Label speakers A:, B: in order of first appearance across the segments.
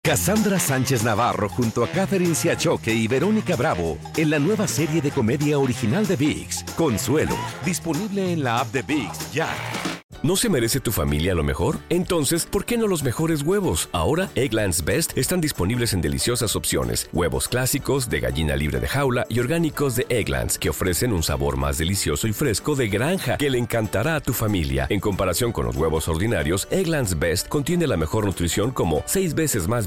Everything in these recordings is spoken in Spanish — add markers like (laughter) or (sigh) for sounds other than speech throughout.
A: Cassandra Sánchez Navarro junto a Catherine Siachoque y Verónica Bravo en la nueva serie de comedia original de VIX, Consuelo, disponible en la app de VIX ya.
B: ¿No se merece tu familia lo mejor? Entonces, ¿por qué no los mejores huevos? Ahora, Egglands Best están disponibles en deliciosas opciones. Huevos clásicos, de gallina libre de jaula y orgánicos de Egglands, que ofrecen un sabor más delicioso y fresco de granja que le encantará a tu familia. En comparación con los huevos ordinarios, Egglands Best contiene la mejor nutrición como 6 veces más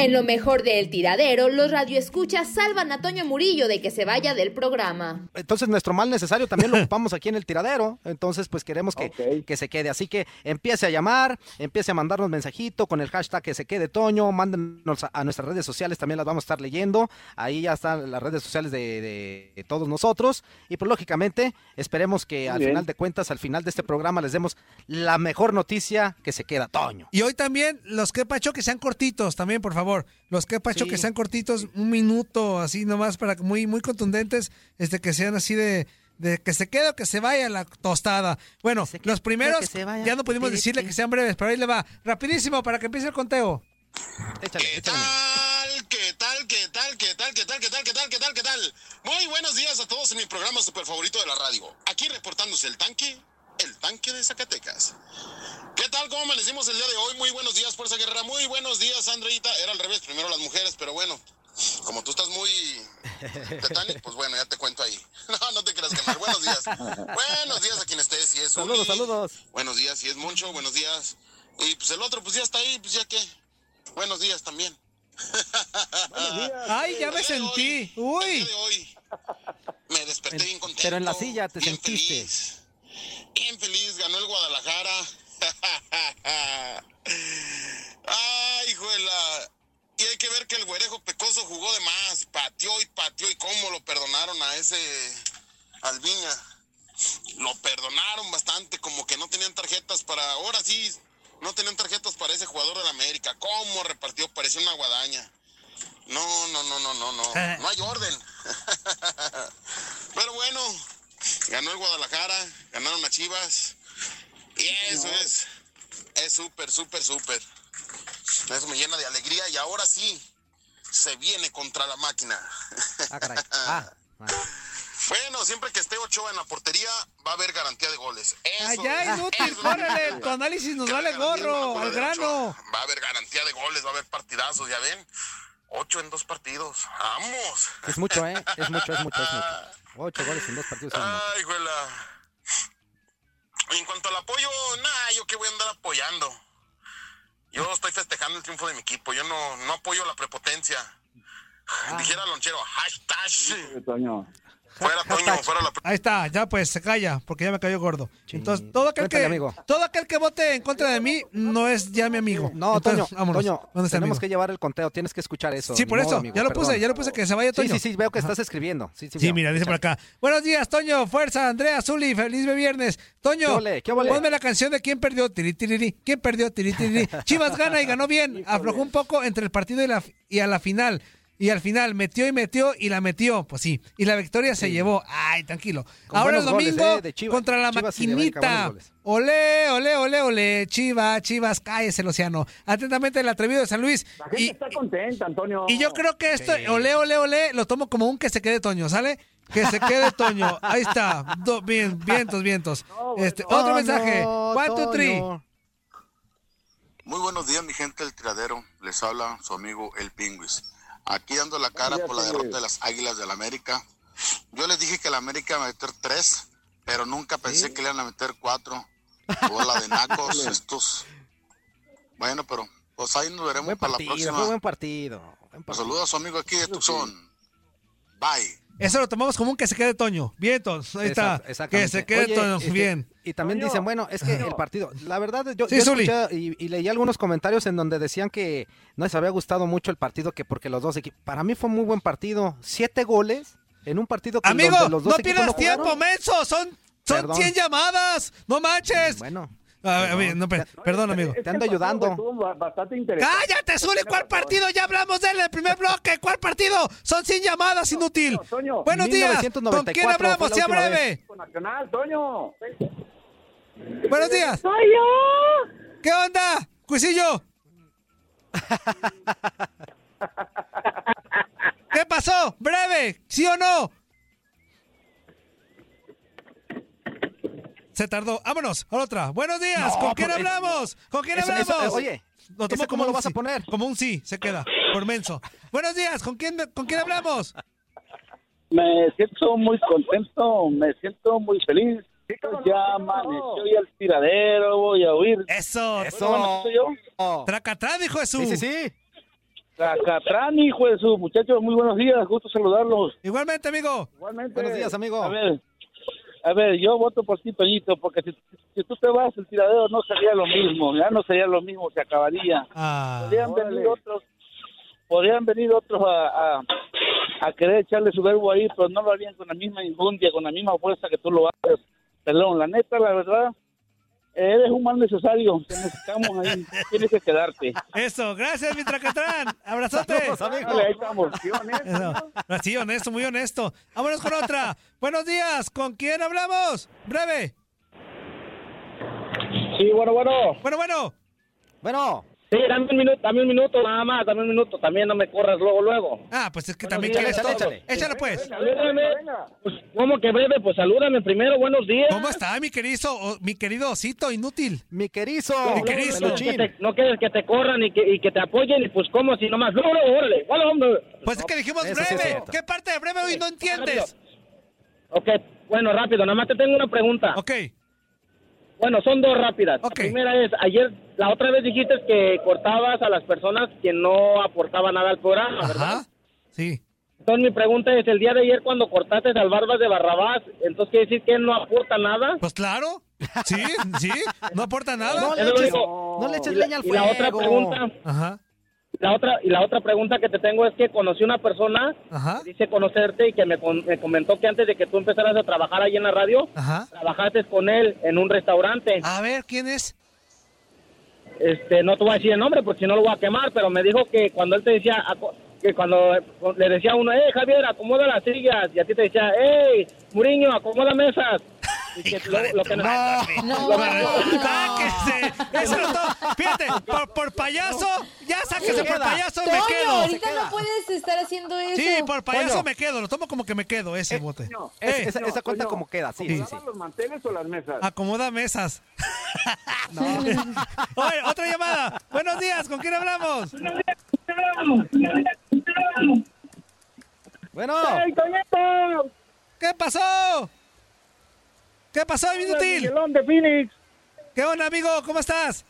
C: En lo mejor del tiradero, los radioescuchas salvan a Toño Murillo de que se vaya del programa.
D: Entonces nuestro mal necesario también lo ocupamos aquí en el tiradero. Entonces pues queremos que, que se quede. Así que empiece a llamar, empiece a mandarnos mensajito con el hashtag que se quede Toño. Mándenos a, a nuestras redes sociales, también las vamos a estar leyendo. Ahí ya están las redes sociales de, de- de todos nosotros. Y pues lógicamente esperemos que al
E: bien.
D: final de cuentas, al final de este programa les demos la mejor noticia que se queda Toño.
F: Y hoy también, los que pacho que sean cortitos, también, por favor. Los que pacho
D: Sí.
F: que sean cortitos, un minuto, así nomás, para que muy, muy contundentes, este, que sean así de, de que se quede o que se vaya la tostada. Bueno, los primeros,
D: que se vaya.
F: ya no pudimos
D: Sí,
F: decirle
D: sí.
F: que sean breves, pero ahí le va. Rapidísimo, para que empiece el conteo.
D: Échale, échale.
G: ¿Qué tal? ¿Qué tal? ¿Qué tal? ¿Qué tal? ¿Qué tal? ¿Qué tal? ¿Qué tal? ¿Qué tal? Muy buenos días a todos en mi programa super favorito de la radio. Aquí reportándose el tanque, el tanque de Zacatecas. ¿Qué tal? ¿Cómo amanecimos el día de hoy? Muy buenos días, Fuerza Guerrera. Muy buenos días, Andreita. Era al revés, primero las mujeres, pero bueno. Como tú estás muy
D: (laughs)
G: Titanic, pues bueno, ya te cuento ahí. (laughs) No, no te creas, canal. Buenos días. Buenos días a quien estés. Si es
D: Saludos,
G: Uli.
D: saludos.
G: Buenos días, si es Moncho. Buenos días. Y pues el otro, pues ya está ahí, pues ya qué. Buenos días también.
F: Ay, ya me
G: El día de
F: sentí.
G: hoy,
F: Uy.
G: el día de hoy, me desperté bien contento.
D: pero en la silla te
G: bien
D: sentiste.
G: Feliz, bien feliz, ganó el Guadalajara. (laughs) Ay, hijuela. Y hay que ver que el güerejo pecoso jugó de más, pateó y pateó y cómo lo perdonaron a ese Alviña. Lo perdonaron bastante, como que no tenían tarjetas para, ahora sí, no tenían tarjetas para ese jugador de la América. ¿Cómo repartió? Parecía una guadaña. No, no, no, no, no, no. No hay orden. Pero bueno, ganó el Guadalajara, ganaron las Chivas. Y eso es, es súper, súper, súper. Eso me llena de alegría y ahora sí, se viene contra la máquina.
D: Ah, caray. Ah, ah.
G: Bueno, siempre que esté Ochoa en la portería, va a haber garantía de goles. Eso
F: Ay,
G: es,
F: ya, inútil,
G: eso es.
F: córrele, tu análisis nos
G: Que
F: vale
G: haga garantía de
F: gorro,
G: goles
F: al
G: de
F: grano.
G: Ochoa. Va a haber garantía de goles, va a haber partidazos, ya ven. Ocho en dos partidos. Vamos.
D: Es mucho, ¿eh? Es mucho, es mucho, es mucho. Ocho goles en dos partidos. es mucho.
G: Ay, güela. En cuanto al apoyo, nada, yo que voy a andar apoyando. Yo estoy festejando el triunfo de mi equipo. Yo no, no apoyo la prepotencia. Dijera Lonchero, hashtag.
E: Toño.
G: Fuera Toño,
D: hashtag.
G: fuera la
F: Ahí está, ya pues se calla, porque ya me cayó gordo. Entonces, todo aquel,
D: Cuéntale,
F: que,
D: amigo.
F: todo aquel que vote en contra de mí no es ya mi amigo.
D: No,
F: Entonces,
D: Toño,
F: vámonos.
D: Toño,
F: ¿Dónde está el
D: tenemos
F: amigo?
D: que llevar el conteo, tienes que escuchar eso.
F: Sí, por
D: ni
F: eso,
D: modo, amigo,
F: ya lo puse,
D: perdón.
F: ya lo puse que se vaya
D: Sí,
F: Toño.
D: sí, sí, veo que estás escribiendo. Sí, sí,
F: Sí,
D: veo.
F: mira, dice por
D: Échale.
F: acá. Buenos días, Toño. Fuerza, Andrea, Zuli. Feliz viernes. Toño,
D: ¿Qué ole? ¿Qué ole?
F: ponme la canción de quién perdió. Tiri, tiriri.
D: (laughs)
F: ¿Quién perdió? Tiri, tiriri. Chivas gana y ganó bien. Aflojó un poco entre el partido y, la, y a la final. y al final metió y metió y la metió, pues sí. Y la victoria se llevó. Ay, tranquilo.
D: Con
F: Ahora el
D: buenos goles,
F: domingo
D: eh, de Chivas.
F: contra la
D: Chivas sí le brinca
F: maquinita.
D: buenos goles.
F: Ole, ole, ole, ole. Chivas, Chivas, cállese el océano. Atentamente el atrevido de San Luis.
E: La gente
F: Y,
E: está contenta, Antonio.
F: y yo creo que esto, ole, ole, ole, lo tomo como un que se quede Toño, ¿sale? Que se quede
D: (laughs)
F: Toño. Ahí está. Do- bien, vientos, vientos. Este, otro
D: Toño,
F: mensaje. One, two, three.
D: Toño.
G: Muy buenos días, mi gente del tiradero. Les habla su amigo El Pingüis. Aquí dando la cara por la derrota de las Águilas del América. Yo les dije que la América iba a meter tres, pero nunca pensé que le iban a meter cuatro. Bola de nacos, estos. Bueno, pero pues ahí nos veremos
D: Buen
G: para la
D: partido, fue
G: próxima.
D: buen partido. buen partido.
G: Saludos a su amigo aquí de Tucson. Bye.
F: Eso lo tomamos como un que se quede Toño. Vientos. Ahí está.
D: Exact- exactamente.
F: Que se quede
D: Oye,
F: Toño.
D: este,
F: Bien.
D: Y también
E: Toño,
D: dicen, bueno, es que el partido, la verdad, yo,
F: Sí,
D: yo
F: Zuli.
D: escuché y, y leí algunos comentarios en donde decían que no les había gustado mucho el partido, que porque los dos equipos, para mí fue muy buen partido, siete goles en un partido que en
F: Amigo,
D: donde
F: no
D: los dos equipos
F: pierdas tiempo,
D: jugaron.
F: menso. Son, son
D: Perdón.
F: 100 llamadas. No manches.
D: Bueno,
F: A ver, a ver,
D: perdón.
F: no, per- perdón, amigo.
D: te ando ayudando.
E: Estuvo bastante interesante.
F: ¡Cállate, Zuli! ¿Cuál partido? Ya hablamos de él en el primer bloque. ¿Cuál partido? Son 100 llamadas, inútil.
E: Toño, Toño,
F: Buenos días. ¿Con quién
D: 1994
F: hablamos?
D: fue la
F: Sea
D: última
F: breve.
E: Con Nacional, Toño.
F: Buenos días.
H: ¡Soy yo!
F: ¿Qué onda? Cuisillo. ¿Qué pasó? Breve, ¿sí o no? Se tardó. Vámonos, a otra. Buenos días.
D: No, pues,
F: ¿Con quién
D: por-
F: hablamos? ¿Con quién
D: eso-
F: hablamos?
D: eso- oye,
F: lo tomo
D: ¿ese
F: como
D: cómo lo
F: un
D: vas a
F: sí,
D: poner?
F: Como un sí, se queda. Por menso. Buenos días. ¿Con quién, con quién hablamos?
I: Me siento muy contento, me siento muy feliz.
E: cómo no,
I: ya
E: cómo no.
I: amaneció y al tiradero voy a huir.
F: Eso.
D: eso.
I: Soy yo,
F: Tracatrá, dijo Jesús.
D: Sí, sí, sí.
I: Cacatrán, hijo de su muchachos, muy buenos días, gusto saludarlos.
F: Igualmente, amigo.
E: Igualmente.
D: Buenos días, amigo.
I: A ver, a ver, yo voto por ti, Toñito, porque si, si tú te vas, el tiradero no sería lo mismo, ya no sería lo mismo, se acabaría.
F: Ah,
I: Podrían
E: Órale.
I: venir otros, podrían venir otros a, a, a querer echarle su verbo ahí, pero no lo harían con la misma injundia, con la misma fuerza que tú lo haces. Pelón, la neta, la verdad, eres un mal necesario, te necesitamos
J: (laughs)
I: ahí, tienes que quedarte.
F: eso. Gracias,
D: (laughs)
F: mi Tracatrán. Abrazote.
D: Saludos, amigo.
I: Dale, ahí estamos.
F: Eso. Así, honesto, muy honesto. Vámonos con otra. Buenos días, ¿con quién hablamos? Breve.
I: Sí, bueno, bueno.
F: Bueno, bueno.
D: Bueno,
I: Sí, dame un minuto, dame un minuto nada más, dame un minuto, también no me corras luego, luego.
F: Ah, pues es que también
I: días,
F: quieres
D: échale,
F: todo.
D: échale.
F: Échalo pues.
I: Salúdame. Pues, ¿Cómo que breve? Pues salúdame primero, buenos días.
F: ¿Cómo está mi querido, o- mi querido osito inútil?
D: mi querizo.
F: Mi querizo.
I: No
D: Peluchín.
I: quieres que te- no quieres que te corran y que, y que te apoyen y pues cómo si nomás, no, no, órale, órale, hombre.
F: Pues es que dijimos
D: eso sí es
F: breve.
D: cierto.
F: ¿Qué parte de breve hoy no entiendes?
I: Ok, bueno, rápido, nada más te tengo una pregunta.
F: Ok.
I: Bueno, son dos rápidas.
F: Ok.
I: La primera es, ayer, la otra vez dijiste que cortabas a las personas que no aportaban nada al programa, ¿verdad?
F: Ajá. Sí.
I: Entonces mi pregunta es, el día de ayer cuando cortaste al Barbas de Barrabás, entonces quiere decir que él no aporta nada.
F: Pues claro. Sí, sí. No aporta
D: No
F: nada.
D: le
I: Eso
D: eches,
I: digo.
D: no le eches
I: Y la-
D: leña al
I: y
D: fuego.
I: la otra pregunta,
F: Ajá.
I: la otra, y la otra pregunta que te tengo es que conocí una persona
F: Ajá.
I: dice conocerte y que me, con- me comentó que antes de que tú empezaras a trabajar ahí en la radio,
F: Ajá.
I: trabajaste con él en un restaurante.
F: A ver, ¿quién es?
I: Este, no te voy a decir el nombre porque si no lo voy a quemar, pero me dijo que cuando él te decía, aco- que cuando le decía a uno, eh, Javier, acomoda las sillas, y a ti te decía, hey, Muriño, acomoda mesas. Y que lo- lo que-
C: No,
F: Sáquese. Eso no to- Fíjate, por, por payaso, ya sáquese por payaso, me
H: Toño,
F: quedo.
H: ahorita no puedes estar haciendo eso.
F: Sí, por payaso
D: Toño.
F: me quedo. Lo tomo como que me quedo ese bote.
D: Es-
F: Eh,
D: esa, esa cuenta como queda, sí, sí, sí.
E: ¿Acomodaban los manteles o las mesas?
F: acomoda mesas. (laughs) Oye, otra llamada. Buenos días, ¿con quién hablamos?
D: Bueno,
E: ¡Ay, Toñito!
F: ¿Qué pasó? ¿Qué pasó, inútil?
E: Miguelón de Phoenix.
F: ¿Qué onda, amigo? ¿Cómo estás?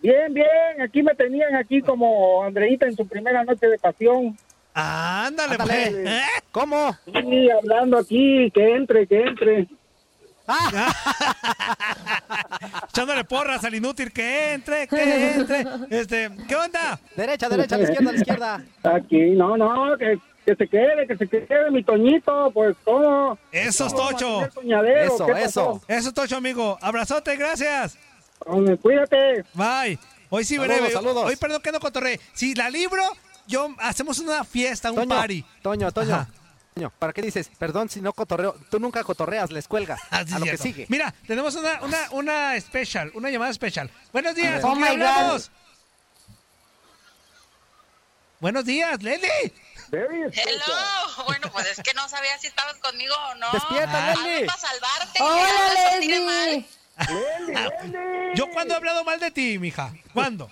E: Bien, bien. Aquí me tenían aquí como Andreita en su primera noche de pasión.
F: Ándale,
D: Ándale.
F: pues. ¿Eh?
D: ¿cómo?
E: Y hablando aquí, que entre, que entre.
F: (laughs) Echándole porras al inútil que entre, que entre. Este, ¿qué onda?
D: Derecha, derecha, a la izquierda, a la izquierda.
E: Aquí, no, no, que, que se quede, que se quede mi Toñito, pues cómo.
F: Eso es
E: ¿Cómo
F: tocho.
E: hacer soñadero?
D: Eso,
E: ¿Qué pasó?
D: eso.
F: Eso es tocho, amigo. Abrazote, gracias.
E: Hombre, Cuídate.
F: Bye. Hoy sí,
D: Saludos,
F: breve.
D: saludos.
F: Hoy perdón que no cotorré. Si la libro, yo hacemos una fiesta, un
D: Toño,
F: party.
D: Toño, Toño.
F: Ajá.
D: Toño, ¿para qué dices? Perdón si no cotorreo. Tú nunca cotorreas, les cuelga.
F: (laughs) Ah, sí,
D: a lo que
F: cierto.
D: sigue.
F: Mira, tenemos una, una, una especial, una llamada especial. Buenos días,
D: Oh
F: ¿con
D: my
F: quién
D: God.
F: hablamos? Buenos días, Lele.
K: Hello. (laughs) Bueno, pues es que no sabía si estabas conmigo o no.
F: Despierta,
K: Hazme
F: Leli.
K: para salvarte.
H: Hola,
K: que ya no te tire mal.
F: Ah, ¿Yo cuándo he hablado mal de ti, mija? ¿Cuándo?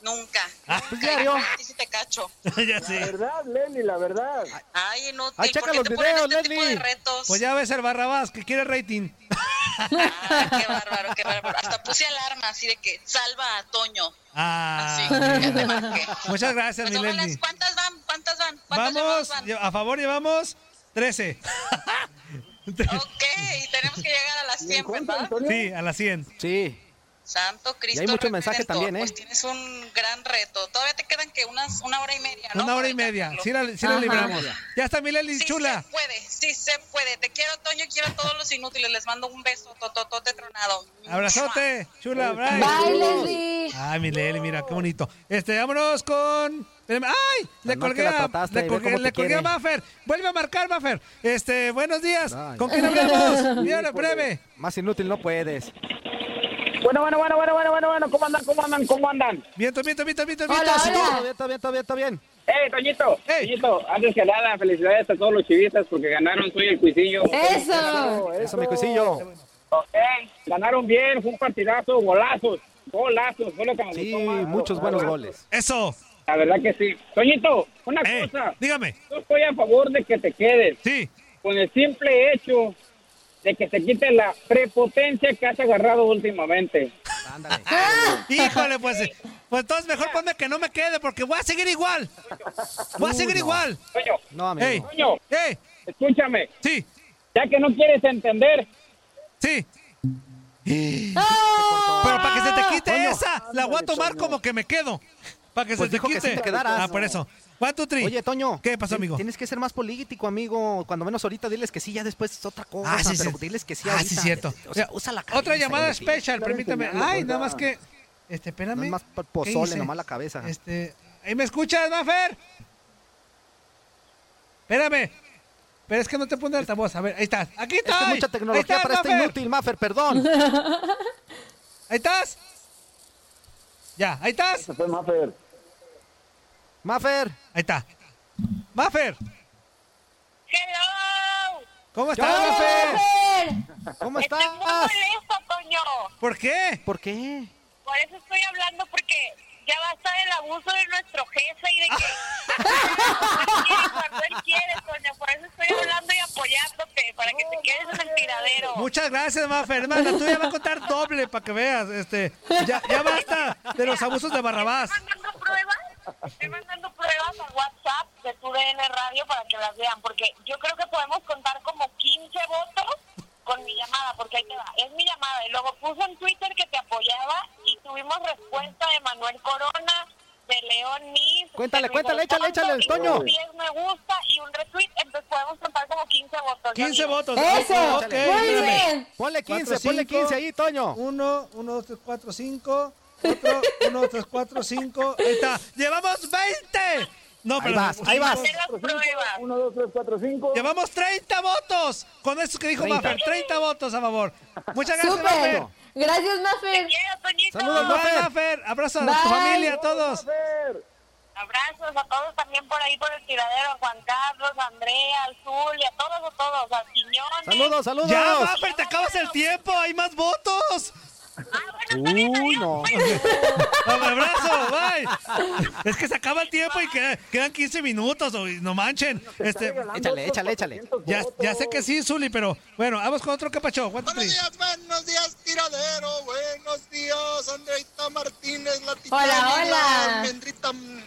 K: Nunca.
F: Ah,
D: Pues
K: Nunca.
F: ya
K: Y
F: vio.
K: a ti sí te cacho.
F: (laughs) ya
E: La
F: sé.
E: verdad, Lenny, la verdad.
K: Ay,
D: Ah,
K: no
F: Ay,
K: ¿por
F: checa
K: qué
F: los
K: te ponen
F: videos,
K: este tipo de
F: Leli.
K: retos?
F: Pues ya ves el Barrabás, que quiere
D: (laughs)
F: rating.
K: Ah, Qué bárbaro, qué bárbaro. Hasta puse alarma así de que salva a Toño.
F: Ah.
K: ya te marqué. (laughs)
F: Muchas gracias,
K: Pues,
F: mi
K: ¿cómo las-
F: Leli.
K: ¿Cuántas van? ¿Cuántas van? ¿Cuántas llamadas
F: Vamos,
K: van?
F: lle- a favor llevamos 13.
K: Ok, y tenemos que llegar a las 100, ¿verdad?
F: Sí, a las 100.
D: Sí.
K: Santo
F: Y
K: Cristo.
F: hay mucho mensaje
K: Redentor,
F: también, ¿eh?
K: Pues tienes un gran reto. Todavía te quedan que unas una hora y media, ¿no?
F: Una hora y media. Sí la, sí la
K: Ajá.
F: libramos. Ya está mi Leli, chula.
K: Puede, sí se puede. Te quiero, Toño, quiero a todos los inútiles. Les mando un beso, tototote tronado.
F: Abrazote, chula, Brian.
K: Bye, Leslie.
F: Ay, mi Leli, mira, qué bonito. Este, vámonos con. espérame, ¡Ay! Le
D: Además
F: colgué
D: que la
F: a.
D: trataste,
F: Le
D: ve
F: colgué,
D: cómo te
F: le colgué a
D: quiere.
F: Maffer. Vuelve a marcar, Maffer. Este, buenos días.
D: Ay.
F: ¿Con quién
K: (laughs)
F: hablamos? Dígalo breve.
D: Más inútil no puedes.
E: Bueno, bueno, bueno, bueno, bueno, bueno, bueno. ¿Cómo andan? ¿Cómo andan? ¿Cómo andan?
F: Viento, viento, viento, viento,
E: Hola,
F: viento.
E: hola.
D: Todo bien, todo bien, todo bien, todo bien.
E: ¡Ey, Eh, Toñito! Toñito, antes que nada, felicidades a todos los chivistas porque ganaron soy el cuisillo.
H: ¡Eso!
D: Eso, mi cuisillo.
E: Ok, ganaron bien, fue un partidazo, golazos, golazos, fue lo que me
D: Sí,
E: gustó más.
D: muchos buenos goles.
F: Eso.
E: La verdad que sí. Toñito, una
F: Eh,
E: cosa.
F: Dígame.
E: Yo estoy a favor de que te quedes.
F: Sí.
E: Con el simple hecho de que se quite la prepotencia que has agarrado últimamente.
F: (laughs) Híjole, pues. eh, Pues entonces mejor ponme que no me quede porque voy a seguir igual. Voy a seguir igual.
E: Toño,
D: No, amigo.
F: ¡Ey!
E: Toño,
F: ¡Ey!
E: escúchame.
F: Sí,
E: Ya que no quieres entender,
F: sí. Pero para que se te quite esa, la voy a tomar como que me quedo. Para que
D: Pues
F: se te
D: dijo que
F: quite.
D: sí te quedaras.
F: ah, por eso. One, two, three.
D: Oye, Toño.
F: ¿Qué pasó,
D: tien-
F: amigo?
D: Tienes que ser más político, amigo. Cuando menos ahorita diles que sí, ya después es otra cosa.
F: Ah, sí,
D: pero
F: sí.
D: diles que sí
F: Ah,
D: ahorita.
F: sí, cierto.
D: O sea,
F: Mira,
D: usa la
F: Otra
D: cabeza,
F: llamada
D: güey.
F: special, permítame. Ay, nada más que. Este,
D: No
F: espérame.
D: es más po-
F: ¿Qué
D: pozole,
F: hice?
D: nomás la cabeza.
F: Este. ¿Ahí me escuchas, Mafer? Espérame. Pero es que no te pone altavoz. A ver, ahí estás. Aquí
D: Es que
F: estás.
D: es mucha
F: ahí
D: tecnología
F: estás,
D: para este
F: Mafer.
D: inútil, Maffer, perdón.
F: (laughs) Ahí estás. Ya, ahí estás.
I: Se fue Maffer.
D: Maffer,
F: Ahí está. Mafer,
K: ¡Hello!
F: ¿cómo
D: ¿Qué
F: estás,
D: onda,
F: Mafer?
D: ¿cómo
K: Estoy muy
D: estás?
K: molesto, Toño.
F: ¿Por qué?
D: ¿Por qué?
K: Por eso estoy hablando, porque ya basta del abuso de nuestro jefe y
D: (laughs)
K: de que (laughs) cuando él quiere, Toño. Por eso estoy hablando y apoyándote, para que te quedes en el tiradero.
F: Muchas gracias, Mafer. Hermana, tú ya vas a contar doble para que veas. Este, ya, ya basta de los abusos de Barrabás.
K: Estoy mandando pruebas, estoy mandando pruebas a WhatsApp de tu DN Radio para que las vean, porque yo creo que podemos contar como 15 votos con mi llamada, porque ahí te va, es mi llamada. Y luego puso en Twitter que te apoyaba y tuvimos respuesta de Manuel Corona, de León Nis.
D: Cuéntale,
K: de Luis
D: cuéntale, échale,
K: Alfonso,
D: échale,
K: y
D: Toño.
K: unos 10 me gusta y un retweet, entonces podemos contar como 15 votos.
F: 15
K: ya digo.
F: votos.
H: ¡Eso!
F: Ok,
H: ¡Muy
F: espérame.
H: bien!
D: Ponle 15,
F: Cuatro,
D: ponle
F: cinco.
D: 15 ahí, Toño.
F: 1, 1, 2, 3, 4, 5. 4, 1, 2, 3, 4, 5. Ahí está. ¡Llevamos 20! No,
D: Ahí
F: pero.
D: vas, ahí vas.
K: Hacer las pruebas.
I: 1, 2, 3, 4, 5.
F: Llevamos 30 votos con esto que dijo
D: 30.
F: Mafer. 30 votos a favor. Muchas gracias,
H: ¡Súper!
F: Mafer.
H: Gracias, Mafer.
K: Quiero, Toñito.
D: Saludos,
F: Bye,
D: Mafer.
F: Mafer. Abrazo a
H: Bye.
F: tu familia, a todos.
K: Abrazos a todos también por ahí por el tiradero, a Juan Carlos, a Andrea, al Zul y a todos, a todos, a Quiñones.
D: Saludos, saludos.
F: Ya, Mafer, te acabas el tiempo. Hay más votos.
K: Ah, bueno, está bien,
D: Uy,
K: adiós.
F: (laughs)
D: no.
F: Abrazo, bye. Es que se acaba el tiempo y queda- quedan 15 minutos. o- No manchen. Este,
D: Échale, échale, échale.
F: ya, ya sé que sí, Zuli, pero bueno, vamos con otro capacho. One, two,
G: Buenos
F: three.
G: días, buenos días, tiradero. Buenos días, Andreita Martínez, la titana,
H: Hola, hola.
G: la almendrita. mm,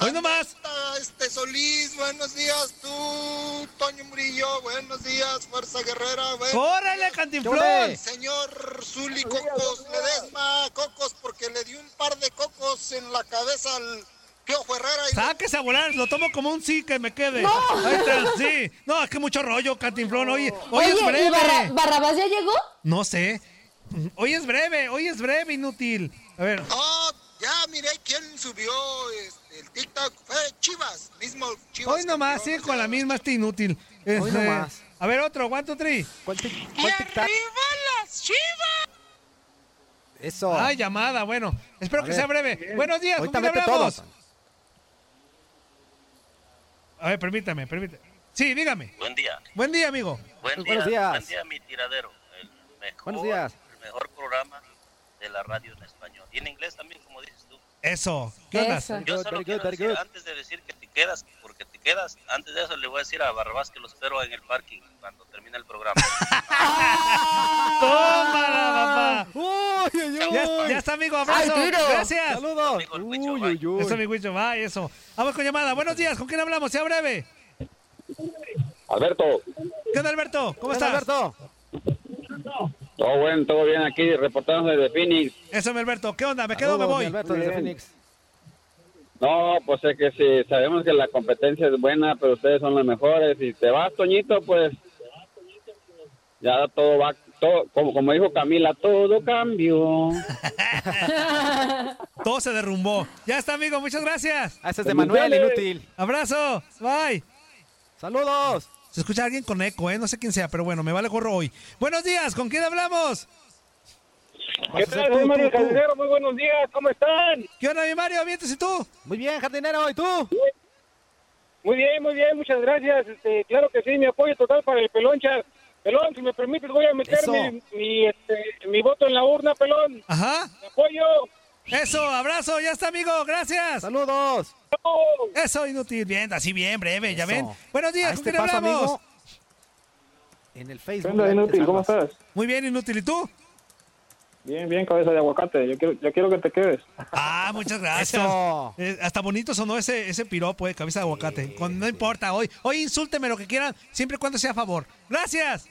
F: Hoy nomás.
G: Andreita, Este Solís, buenos días, tú, Toño Murillo, buenos días, Fuerza Guerrera, buenos
F: ¡Córrele,
G: días.
F: cantinflón!
G: Señor Zuli Cocos Ledesma, Cocos, porque le di un par de cocos en la cabeza al Piojo Herrera y
F: Sáquese a volar, lo tomo como un sí que me quede. Ahí está, sí. No, es que mucho rollo, cantinflón. Hoy, hoy es
H: Oye,
F: breve.
H: ¿y Barra- Barrabás ya llegó?
F: No sé. Hoy es breve, hoy es breve, inútil. A ver.
G: No,
J: Ya miré quién subió este, el TikTok. Fue Chivas, mismo Chivas.
F: Hoy nomás, sigue con la misma, este inútil.
J: Hoy
F: Este,
J: nomás.
F: A ver, otro, one, two, three.
J: las Chivas!
D: Eso.
F: Ah, llamada, bueno. Espero
D: A
F: que
D: ver.
F: sea breve.
D: Bien.
F: Buenos días, ¿con
D: Ahorita
F: quién
D: mete
F: hablamos?
D: todos.
F: A ver, permítame, permítame. Sí, dígame.
L: Buen día.
F: Buen día, amigo.
L: Buen día,
F: Buenos días.
L: Buen día, mi tiradero. El mejor,
F: Buenos días.
L: El mejor programa de la radio en español. Y en inglés también, como dices tú.
F: Eso. ¿Qué onda?
L: Yo solo quiero decir, antes de decir que te quedas, porque te quedas, antes de eso le voy a decir a Barrabás que lo espero en el parking cuando termine el programa.
F: ¡Tómala, papá! Ya,
L: uy!
F: ya está, amigo. Abrazo.
L: ¡Al tiro!
F: Gracias. Saludos. Eso, mi Huicho. Va, eso. Vamos con llamada. Buenos días. ¿Con quién hablamos? Sea breve.
M: Alberto,
F: ¿Qué onda, Alberto? ¿Cómo estás? Alberto?
M: todo bueno, todo bien aquí, reportando desde Phoenix.
F: Eso, mi Alberto. ¿Qué onda? ¿Me quedo o me
D: Saludos,
F: voy?
D: mi Alberto, desde Bien. Phoenix.
M: No, pues es que sí, sabemos que la competencia es buena, pero ustedes son los mejores. Si te vas, Toñito, pues ya todo va, todo, como, como dijo Camila, todo cambió.
F: (laughs) Todo se derrumbó. Ya está, amigo. Muchas gracias.
D: Ah, ese es de Manuel, inútil.
F: Abrazo. Bye.
D: Saludos.
F: Se escucha alguien con eco, ¿eh? No sé quién sea, pero bueno, me vale gorro hoy. Buenos días. ¿Con quién hablamos?
N: ¿Qué tal? Soy Mario Jardinero, muy buenos días, ¿cómo están?
F: ¿Qué onda, mi (laughs) Mario? ¿Vientos y tú?
N: Muy bien, jardinero, ¿y tú? Muy bien, muy bien, muchas gracias. Este, claro que sí, mi apoyo total para el Peloncha. Pelón, si me permites, voy a meter
F: Eso.
N: mi, mi, este, mi voto en la urna, Pelón.
F: Ajá.
N: Te apoyo.
F: Eso, abrazo, ya está, amigo, gracias.
D: Saludos.
F: Eso, inútil, bien, así bien, breve, ya
D: Eso.
F: ven. Buenos días,
D: A
F: ¿con
D: este
F: quién
D: paso,
F: hablamos?
D: amigo, En el Facebook.
N: onda, inútil? ¿Cómo estás?
F: Muy bien, inútil, ¿y tú?
N: Bien, bien, cabeza de aguacate, yo quiero, yo quiero que te quedes.
F: Ah, muchas gracias. Eh, hasta bonito sonó ese, ese piropo de cabeza de aguacate. Con- no importa, hoy, hoy insúlteme lo que quieran, siempre y cuando sea a favor. Gracias.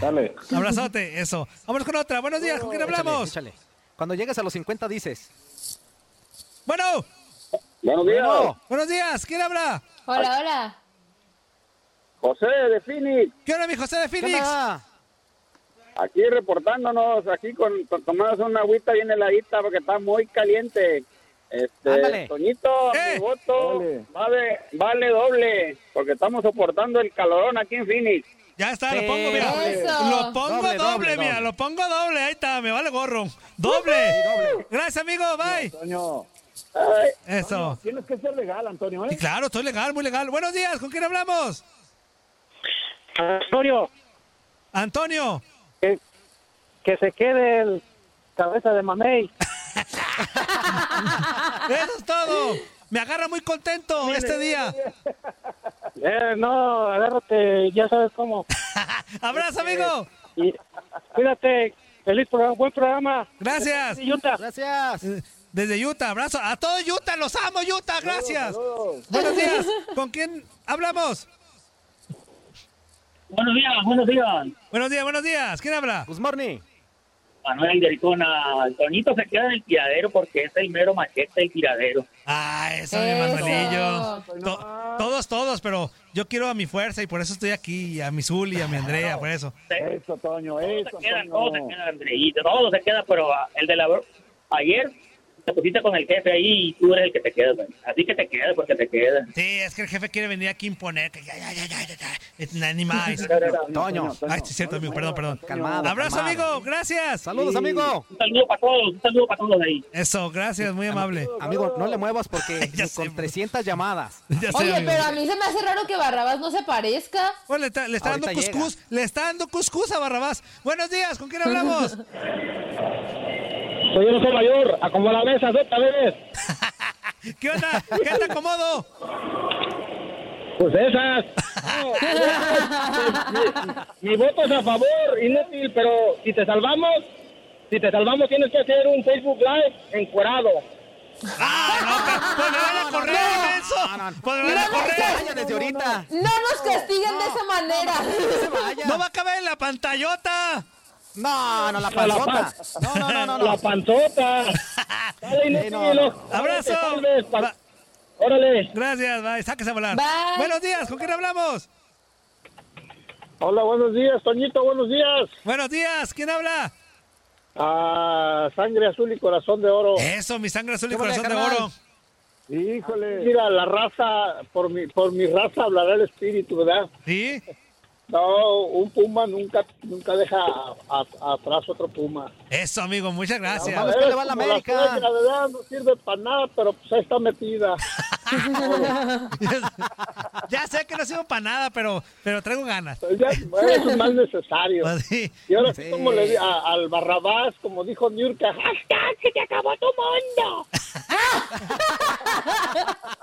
N: Dale.
F: Abrazote, eso. Vamos con otra. Buenos días, ¿con quién hablamos?
D: Oh, Échale, échale. Cuando llegues a los 50 dices.
F: Bueno.
M: Buenos días.
F: Buenos días, ¿quién habla?
H: Hola, hola.
M: José de Phoenix,
F: ¿Qué onda, mi José de Phoenix?
M: aquí reportándonos, aquí con, con- tomándonos una agüita bien heladita porque está muy caliente. Este,
N: Ándale.
M: Toñito,
F: Eh.
M: mi voto vale, vale doble porque estamos soportando el calorón aquí en Phoenix.
F: Ya está, lo pongo, mira.
M: Eso.
F: Lo pongo
M: Doble,
F: doble,
M: doble,
F: mira,
M: doble.
F: lo pongo doble. Ahí está, me vale gorro. Doble. Gracias, amigo, bye. Eso.
N: Tienes que ser legal, Antonio, ¿eh?
F: Y claro, estoy legal, muy legal. Buenos días, ¿con quién hablamos?
N: Antonio.
F: Antonio.
N: Que, que se quede el cabeza de mamey.
F: (laughs) Eso es todo. Me agarra muy contento este día.
N: (laughs) Eh, no, agárrate, ya sabes cómo.
F: (laughs)
O: Este,
F: Abrazo, amigo.
N: Y cuídate, feliz programa, buen programa.
F: Gracias.
D: Gracias.
F: Desde Utah, abrazo. A todos Utah, los amo, Utah, gracias.
N: saludos. (laughs)
F: Buenos días. ¿Con quién hablamos?
O: Buenos días, buenos días.
F: Buenos días, buenos días. ¿Quién habla?
D: Good morning.
O: Manuel de Aricona. Toñito se queda en el tiradero porque es el mero machete del tiradero.
F: Ah, eso, mi Manuelillo. To- todos, todos, pero yo quiero a mi fuerza y por eso estoy aquí, y a mi Zuli, y a mi Andrea, por eso.
N: Eso, Toño, eso,
O: Queda, todo se queda, Andreito, todo se queda, pero ah, el de la... Ayer te pusiste con el jefe ahí y tú eres el que te queda, Toño. Así que te quedas porque te quedas.
F: Sí, es que el jefe quiere venir aquí a imponer. Que ya, ya, ya, ya, ya, ya, es na- ni más.
D: Toño.
F: Ay, sí, cierto, amigo, perdón, perdón.
D: Calmado,
F: Abrazo,
D: calmado.
F: amigo, gracias.
D: Saludos, amigo.
O: Un saludo para todos, un saludo para todos ahí.
F: Eso, gracias, muy amable.
D: Amigo, no le muevas
F: (laughs)
D: porque con 300 llamadas.
H: Oye, pero a mí se me hace raro que Barrabás no se parezca.
F: Bueno, le está, le está dando
D: Ahorita llega.
F: cuscús, le está dando cuscús a Barrabás. Buenos días, ¿con quién hablamos?
N: Soy Pues yo no soy mayor, acomoda la mesa, acepta, bebés.
F: (laughs) ¿Qué onda? ¿Qué te acomodo?
N: Pues esas. No,
F: Pues
N: mi, mi- mi voto es a favor, inútil, pero si te salvamos, si te salvamos tienes que hacer un Facebook Live encuerado.
F: Pues me van a correr, menso. Pues me van a correr.
D: desde ahorita.
H: No nos castiguen de esa manera.
F: No va a caber en la pantallota.
D: No, no, la
N: A la
D: panzota. No, no, no, no. no.
N: La panzota. Dale, inútil.
F: no, no.
N: ojalá
F: Abrazo.
N: te salves, pa-
F: Va-
N: Órale.
F: Gracias, bye. Sáquese a volar.
N: Bye.
F: Buenos días, ¿con quién hablamos?
N: Hola, buenos días, Toñito, buenos días.
F: Buenos días, ¿quién habla?
N: Ah, sangre azul y corazón de oro.
F: Eso, mi sangre azul y corazón de oro.
N: Híjole. Mira, la raza, por mi, por mi raza hablará el espíritu, ¿verdad?
F: Sí.
N: No, un puma nunca, nunca deja a- a- atrás otro puma.
F: Eso, amigo, muchas gracias.
N: Eres como suegra, ¿verdad? No sirve para nada, pero pues ahí
F: (laughs)
N: está metida. (laughs)
F: ya sé que no sirvo para nada, pero, pero traigo ganas.
N: Bueno, eso es más necesario. Y ahora sí,
F: Sí.
N: Pues como le di Ah, a- al Barrabás, como dijo Niurka, ¡hashtag se te acabó tu mundo!
F: (laughs)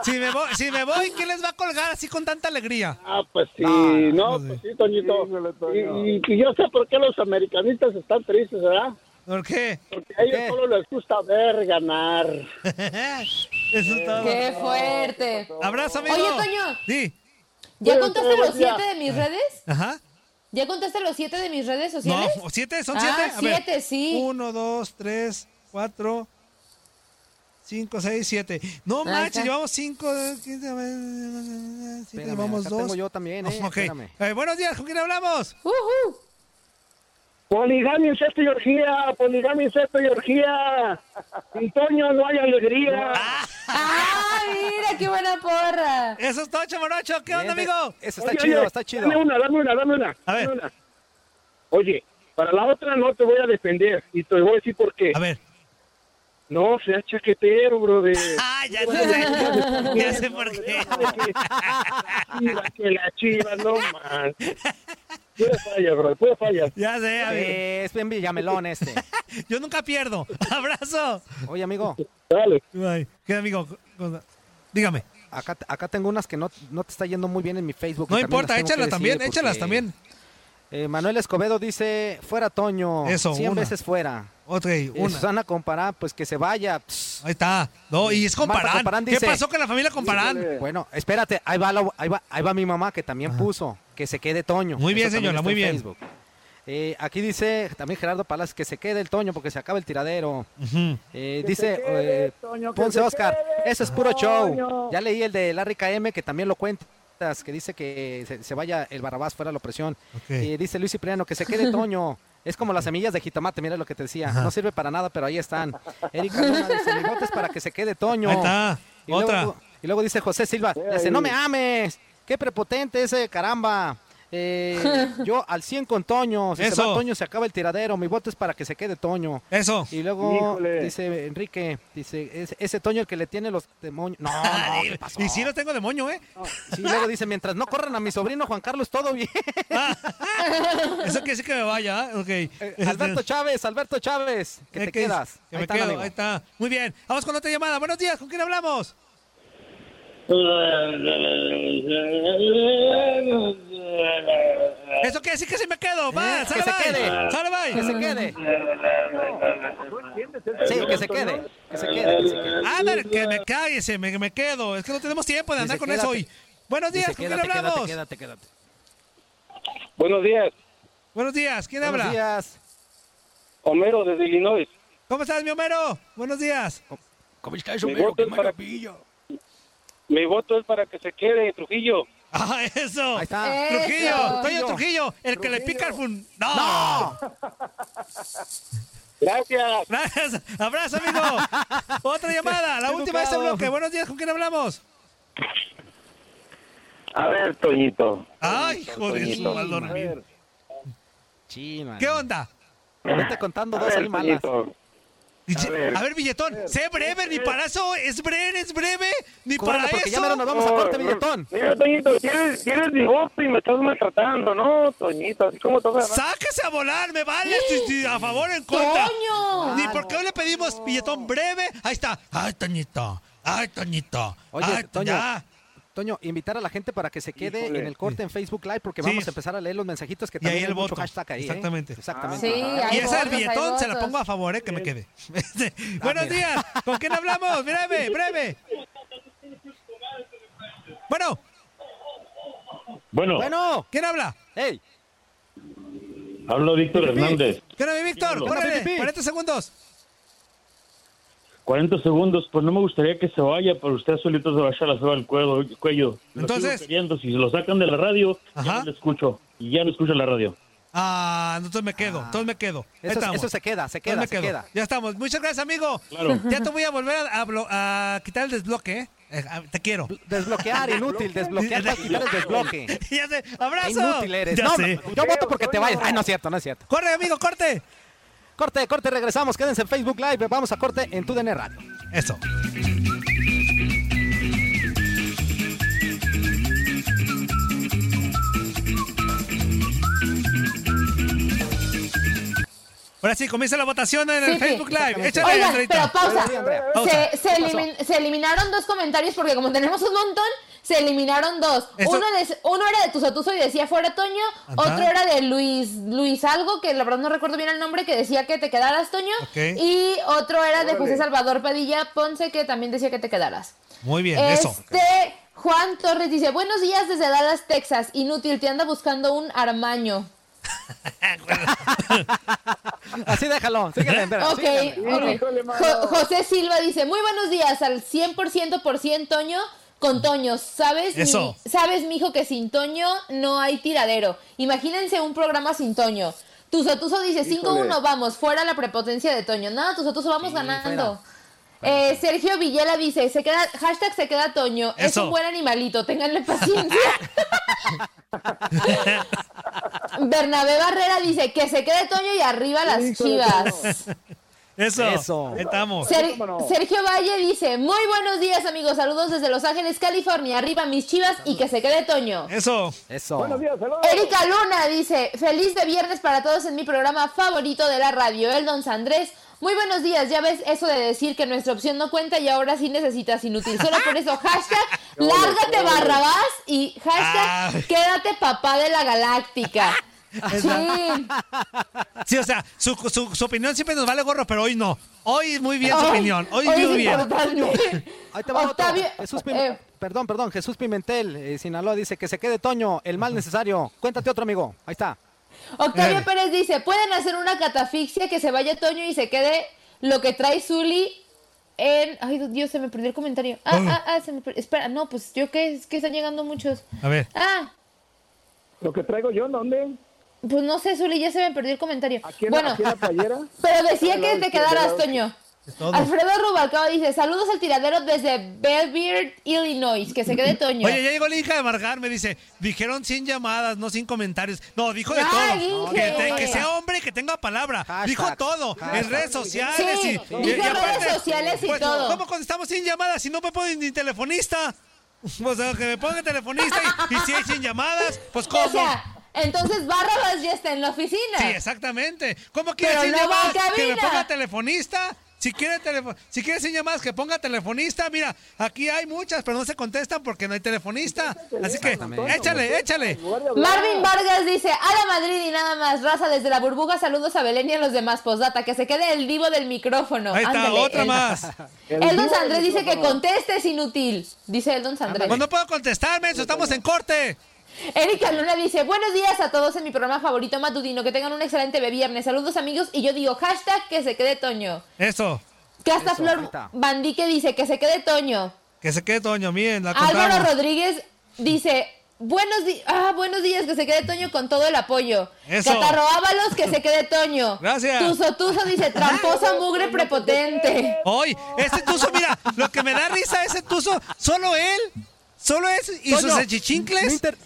F: Si me voy, si me voy, ¿quién les va a colgar así con tanta alegría?
N: Ah, pues sí, no, pues sí, Toñito. Y, y- y yo sé por qué los americanistas están tristes, ¿verdad?
F: ¿Por qué?
N: Porque a ellos solo les gusta ver ganar.
F: Eso es todo.
H: ¡Qué fuerte!
F: Abrazo, amigo.
H: Oye, Toño,
F: Sí.
H: ¿ya
F: Cuídate,
H: contaste los
F: buen día.
H: siete de mis redes?
F: Ajá.
H: ¿Ya contaste los siete de mis redes
F: No,
H: sociales?
F: siete, son siete.
H: Ah,
F: A ver.
H: siete, sí.
F: Uno, dos, tres, cuatro, cinco, seis, siete. No
D: Ahí
F: manches,
D: está.
F: llevamos cinco, eh, quince, eh, siete,
D: Espérame,
F: llevamos
D: acá
F: dos.
D: tengo yo también, eh,
F: Ok.
D: espérame.
F: Eh, buenos días, ¿con quién hablamos?
N: Poligamia, incesto y orgía, poligamia, incesto y orgía. Sin Toño no hay alegría.
H: ¡Ah, mira, qué buena porra!
F: Eso es todo, Chamorocho. ¿Qué
H: onda, amigo?
F: Este
D: Eso
N: Oye, oye, Dame una, dame una, dame una. dame una. Oye, para la otra no te voy a defender y te voy a decir por qué. A
F: ver.
N: No seas chaquetero, brother.
F: Ah, ya sé, ya sé por
D: (laughs)
F: qué.
N: Mira que la chiva, no man. Puede fallar, brother, puede fallar.
F: Ya sé, amigo.
D: Eh, es bien villamelón este.
F: (laughs) Yo nunca pierdo. (laughs) Abrazo.
D: Oye, amigo.
N: Dale.
F: ¿Qué, amigo? Dígame.
D: Acá, acá tengo unas que no, no te está yendo muy bien en mi Facebook. y
F: No
D: también
F: importa,
D: las tengo que
F: échalas
D: decir
F: también, échalas
D: porque,
F: también.
D: eh, Manuel Escobedo dice, fuera Toño.
F: Eso,
D: 100
F: una.
D: veces fuera.
F: Otra,
D: Eh,
F: una.
D: Susana Compará, pues que se vaya.
F: Ahí está. No, y es Comparán.
D: Marta
F: ¿Qué pasó con la familia Comparán? Híjole.
D: Bueno, espérate, ahí va, la- ahí va, ahí va mi mamá que también puso que se quede Toño.
F: Muy bien,
D: Eso también
F: señora,
D: está
F: muy
D: en
F: bien.
D: Facebook. Eh, aquí dice también Gerardo Palas que se quede el Toño porque se acaba el tiradero. Eh,
F: Que
D: dice
F: se quede,
D: eh,
F: Toño, que
D: Ponce
F: se
D: Oscar,
F: quede,
D: eso es puro
F: Toño.
D: show. Ya leí el de Larry KM que también lo cuentas, que dice que se, se vaya el Barabás fuera de la opresión. Eh, dice Luis Cipriano que se quede
F: (laughs)
D: Toño. Es como las semillas de jitomate, mira lo que te decía. No sirve para nada, pero ahí están. Erika Luna
F: (laughs)
D: dice, "Bigotes para que se quede Toño.
F: Ahí está,
D: Y
F: otra.
D: Luego, y luego dice José Silva, dice,
F: ahí.
D: no me ames, qué prepotente ese caramba.
F: (laughs)
D: Eh, yo al 100 con Toño, si se
F: Eso.
D: va Toño se acaba el tiradero, mi voto es para que se quede Toño.
F: Eso.
D: Y luego
F: Híjole.
D: dice Enrique, dice, "Es- ese Toño el que le tiene los demonios.
F: (laughs)
D: No, no, ¿qué pasó?
F: Y sí los tengo de moño, ¿eh?
D: Sí, luego dice, mientras no corran a mi sobrino Juan Carlos, todo bien.
F: Ah. Eso que sí que me vaya, ¿eh? ok.
D: Alberto Chávez, Alberto Chávez, que
F: Eh,
D: te
F: que-
D: quedas.
F: que
D: Ahí
F: me
D: están,
F: quedo,
D: amigo.
F: ahí está. Muy bien. Vamos con otra llamada. Buenos días, ¿con quién hablamos? Eso quiere decir que sí me quedo. Va, sale,
D: Eh, que se
F: bye.
D: quede.
F: Sale, bye.
D: Que se quede. Sí, que se quede. Que se quede. Que se quede.
F: Ándale, que me cállese, me, me quedo. Es que no tenemos tiempo de
D: Dice,
F: andar con
D: quédate.
F: eso hoy. Buenos días,
D: Dice,
F: ¿con quién
D: quédate, quédate,
F: hablamos?
D: Quédate, quédate.
N: Buenos días,
F: Buenos días, ¿quién
D: Buenos
F: habla?
D: días.
N: Homero desde Illinois.
F: ¿Cómo estás, mi Homero? Buenos días.
D: ¿Cómo estás,
N: Mi voto, es para, mi voto es para que se quede en Trujillo.
F: ¡Ah, eso!
D: Ahí está.
N: Eso.
F: Trujillo, Toño Trujillo, el que le pica el fun. ¡No!
N: Gracias.
F: Gracias.
D: (laughs)
F: Abrazo, amigo. Otra llamada, la
D: Qué
F: última de este
D: educado.
F: bloque. Buenos días, ¿con quién hablamos?
P: A ver, Toñito.
F: ¡Ay, joder, es un mal dormido.
D: Sí, man.
F: ¿Qué onda?
D: Vete contando dos ahí malas.
F: Dice- A ver, billetón, sé breve, ni para eso es breve, es breve, ni
D: Córrele,
F: para
D: porque ya
F: eso.
D: mero nos vamos a corte, billetón.
P: Mira, Toñito, tienes, tienes mi voto y me estás maltratando, ¿no, Toñito? Así como toca.
F: Sáquese a volar, me vale, si- si a favor o en contra.
H: ¡Toño!
F: Ni porque hoy le pedimos billetón breve, ahí está. Ay, Toñito, ay, Toñito.
D: Oye,
F: ay,
D: Toño, Ah,
F: ya.
D: Toño, invitar a la gente para que se quede
F: Híjole.
D: en el corte en Facebook Live porque
F: Sí.
D: vamos a empezar a leer los mensajitos que
F: Y ahí
D: también hay
F: el
D: mucho
F: voto.
D: hashtag ahí. ¿eh?
F: Exactamente.
D: Exactamente.
H: Sí, hay
F: Y esa del
H: votos, hay
F: billetón se la
H: votos.
F: pongo a favor, eh, que me quede. Este, (laughs) Buenos días, ¿con quién hablamos? Breve, breve. Bueno,
Q: Bueno,
D: Bueno,
F: ¿quién habla?
D: ¡Ey!
Q: hablo Víctor Hernández.
F: ¿Qué onda, mi Víctor?
Q: hablo?
F: Córrele,
Q: Pipí.
F: 40 segundos.
Q: 40 segundos, pues no me gustaría que se vaya, pero usted solito se va a echar la soga al cuello. cuello. Lo sigo
F: Entonces-
Q: queriendo, si lo sacan de la radio, ya no lo escucho. Y ya no escucho la radio.
F: Ah, entonces me quedo, entonces me quedo. Ahí
D: Eso-
F: estamos.
D: eso se queda, se queda,
F: Entonces
D: se
F: me quedo.
D: queda.
F: Ya estamos. Muchas gracias, amigo.
D: Claro.
F: Ya te voy a volver a, blo- a quitar el desbloque, ¿eh? Eh, ah, Te quiero.
D: Desbloquear, inútil, desbloquear para quitar el
F: (laughs)
D: desbloque.
F: Ya sé. ¡Abrazo!
D: Qué Inútil eres.
F: Ya
D: No,
F: sé.
D: no, yo voto porque te vayas. Ay, no es cierto, no es cierto.
F: ¡Corre, amigo, corte!
D: Corte, corte, regresamos. Quédense en Facebook Live. Vamos a corte en tu DN Radio.
F: Eso. Ahora sí, comienza la votación en el
H: Sí, sí.
F: Facebook Live. Échale,
H: Oigan,
F: Andreita.
H: pero pausa.
F: Pausa.
H: Se, se elimin- se eliminaron dos comentarios porque como tenemos un montón, se eliminaron dos.
F: Eso-
H: Uno, de- uno era de Tusatuso y decía fuera Toño,
F: Ajá.
H: otro era de Luis Luis algo, que la verdad no recuerdo bien el nombre, que decía que te quedaras Toño,
F: Ok.
H: y otro era de
F: Órale.
H: José Salvador Padilla Ponce, que también decía que te quedaras.
F: Muy bien, eso.
H: Este, Juan Torres dice, buenos días desde Dallas, Texas, inútil, te anda buscando un armaño.
D: Así déjalo. Síguele, espera,
H: ¿Eh? Ok,
D: síguele.
H: ok. Jo- José Silva dice, muy buenos días al 100% por 100 Toño con Toño. ¿Sabes, mi-
F: Eso.
H: sabes, mijo, que sin Toño no hay tiradero? Imagínense un programa sin Toño. Tuzo Tuzo dice,
R: Híjole.
H: 5-1, vamos, fuera la prepotencia de Toño. Nada, Tuzo Tuzo, vamos ganando. Eh, Sergio Villela dice, se queda, hashtag se queda Toño, es
R: Eso.
H: un buen animalito, ténganle paciencia. Bernabé Barrera dice, que se quede Toño y arriba las chivas.
F: (laughs) Eso.
D: Eso.
F: Ahí Estamos.
H: Ser- Sergio Valle dice, muy buenos días amigos, saludos desde Los Ángeles, California, arriba mis chivas y que se quede Toño.
F: Eso.
D: Eso.
H: Erika Luna dice, feliz de viernes para todos en mi programa favorito de la radio, el Don Sandrés. Muy buenos días, ya ves eso de decir que nuestra opción no cuenta y ahora sí necesitas inútil. Solo por eso, hashtag, lárgate barrabás y hashtag, quédate papá de la galáctica. Sí.
F: Sí, o sea, su, su- su opinión siempre nos vale gorro, pero hoy no. Hoy muy bien su
D: Ay,
F: opinión. Hoy,
D: hoy
F: muy
D: es
F: bien.
H: importante.
D: Ahí te va otro.
H: Octavio-
D: Jesús Pim-
H: eh.
D: Perdón, perdón. Jesús Pimentel, eh, Sinaloa, dice que se quede Toño, el mal necesario. Cuéntate otro, amigo. Ahí está.
H: Octavio
D: Eh.
H: Pérez dice, pueden hacer una catafixia que se vaya Toño y se quede lo que trae Zully en... Ay, Dios, se me perdió el comentario. Ah, ah, ah, se me per- Espera, no, pues yo qué, es que están llegando muchos.
F: A ver.
H: Ah,
P: Lo que traigo yo, ¿dónde?
H: pues no sé, Zully, ya se me perdió el
P: en
H: comentario.
P: la-
H: bueno,
P: aquí en la
F: (laughs)
P: playera?
H: (laughs) pero decía
P: Al
H: que
P: lado izquierdo,
H: te
P: al
H: quedaras,
P: lado
H: Toño.
F: todo.
H: Alfredo Rubalcaba dice, saludos al tiradero desde Belvedere, Illinois, que se quede Toño.
F: Oye, ya llegó la hija de Margar, me dice, dijeron 100 llamadas, no 100 comentarios. No, dijo de
H: Ay,
F: todo.
H: Inge.
F: Que, te- que sea hombre y que tenga palabra. dijo todo. En redes sociales
H: Sí,
F: y,
H: dijo redes sociales y
F: pues,
H: todo.
F: ¿Cómo contestamos 100 llamadas si no me ponen ni telefonista? (laughs) O sea, que me ponga telefonista y, y si hay 100 llamadas, pues ¿cómo?
H: O sea, entonces Barrabás ya está en la oficina. (laughs)
F: Sí, exactamente. ¿Cómo quiere
H: Pero
F: sin
H: no va a
F: llamadas? Que me
H: cabina.
F: ponga telefonista. Si quiere, telefo- si quiere sin llamadas, que ponga telefonista. Mira, aquí hay muchas, pero no se contestan porque no hay telefonista. Así que échale, échale.
H: Marvin Vargas dice, a la Madrid y nada más, raza desde la burbuja, saludos a Belén y a los demás, postdata, que se quede el divo del micrófono.
F: Ahí está,
H: Ándale,
F: otra
H: el-
F: más.
H: El, don Sandrés dice que conteste es inútil, dice el don Sandrés.
F: Pues no puedo contestar, menso, estamos en corte.
H: Erika Luna dice, buenos días a todos en mi programa favorito matutino, que tengan un excelente viernes, saludos amigos, y yo digo, hashtag que se quede Toño.
F: Eso,
H: Que hasta
F: Eso, ahí
H: Flor
F: está.
H: Bandique dice, que se quede Toño.
F: que se quede Toño, miren, la
H: Álvaro
F: contamos.
H: Rodríguez dice, buenos, di- ah, buenos días, que se quede Toño con todo el apoyo.
F: Eso.
H: Catarro Ábalos, que se quede Toño.
F: Gracias.
H: Tuzo
F: (laughs)
H: Tuzo dice, tramposa mugre prepotente.
F: Hoy, ese tuzo, mira, lo que me da risa, ese tuzo, solo él, solo es y sus
D: Toño, me
F: chichincles.
D: inter-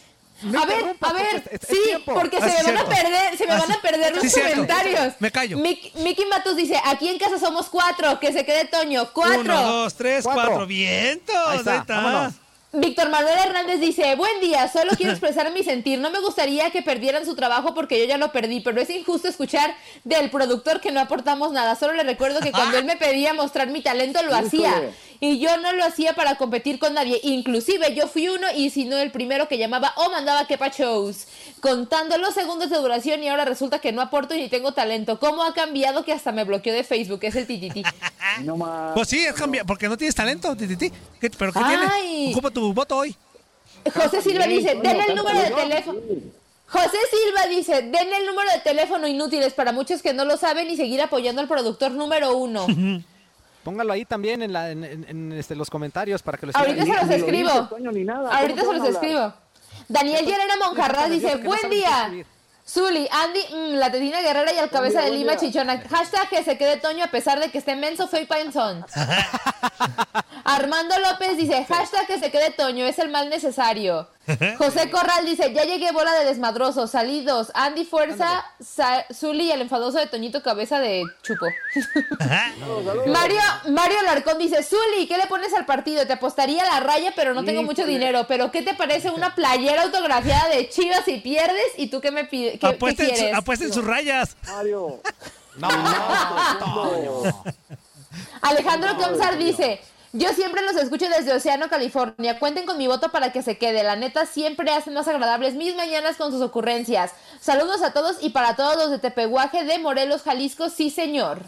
D: me
H: A ver,
D: interrumpas
H: a ver,
D: porque es- es
H: sí,
D: tiempo.
H: porque se
F: Ah, sí,
H: me van a
F: cierto.
H: perder, se me
F: Ah,
H: van
F: sí.
H: a perder
F: Sí,
H: los
F: cierto.
H: comentarios.
F: Me callo.
H: Mick- Mickey Matos dice, aquí en casa somos cuatro, que se quede Toño, cuatro.
F: Uno, dos, tres,
H: Cuatro.
F: cuatro. Vientos,
H: Ahí
F: ahí
H: está,
F: está.
H: vámonos. Víctor Manuel Hernández dice, buen día, solo quiero expresar mi sentir, no me gustaría que perdieran su trabajo porque yo ya lo perdí, pero es injusto escuchar del productor que no aportamos nada, solo le recuerdo que cuando él me pedía mostrar mi talento lo hacía
R: Híjole.
H: y yo no lo hacía para competir con nadie, inclusive yo fui uno y si no el primero que llamaba o mandaba quepa shows, contando los segundos de duración y ahora resulta que no aporto y ni tengo talento, ¿cómo ha cambiado que hasta me bloqueó de Facebook? Es el tititi.
P: No más.
F: Pues sí, es cambiar, porque no tienes talento, ti, ti, ti. ¿Qué- ¿Pero qué
H: Ay.
F: tiene? Ocupa tu voto hoy.
H: José Silva
F: Sí,
H: dice,
F: coño,
H: denle el
F: tanta
H: número de
F: presión,
H: teléfono. José Silva dice, denle el número de teléfono inútiles para muchos que no lo saben y seguir apoyando al productor número uno.
D: Póngalo ahí también en, la- en- en- en, este, los comentarios para que lo
H: Ahorita se
D: sigan.
H: los escribo.
P: Toño, ni nada.
H: Ahorita
P: ¿Cómo
H: se
P: te
H: los
P: van a hablar?
H: escribo. Daniel Llerena Monjarras
P: Estoy
H: dice,
P: nervioso que no
H: buen
P: saben qué
H: día.
P: escribir.
H: Zully, Andy, mm, la tetina guerrera y al cabeza de Lima Chichona. Hashtag que se quede Toño a pesar de que esté menso, feo
P: (laughs)
H: y panzón. Armando López dice, hashtag que se quede Toño, es el mal necesario.
F: (laughs)
H: José Corral dice, ya llegué bola de desmadrosos, salidos, Andy Fuerza, Sa- Zully y el enfadoso de Toñito Cabeza de Chupo. Mario, Mario Larcón dice, Zully, ¿qué le pones al partido? Te apostaría la raya, pero no tengo mucho
F: Híjole.
H: dinero. ¿Pero qué te parece una playera autografiada de Chivas si pierdes? ¿Y tú qué me pides? ¿Qué, qué
F: Apuesten, su-
H: quieres?
F: apuesten sus rayas.
P: Mario.
H: Alejandro Comsar dice, yo siempre los escucho desde Océano, California. Cuenten con mi voto para que se quede. La neta siempre hacen más agradables mis mañanas con sus ocurrencias. Saludos a todos y para todos los de Tepehuaje de Morelos, Jalisco. Sí, señor.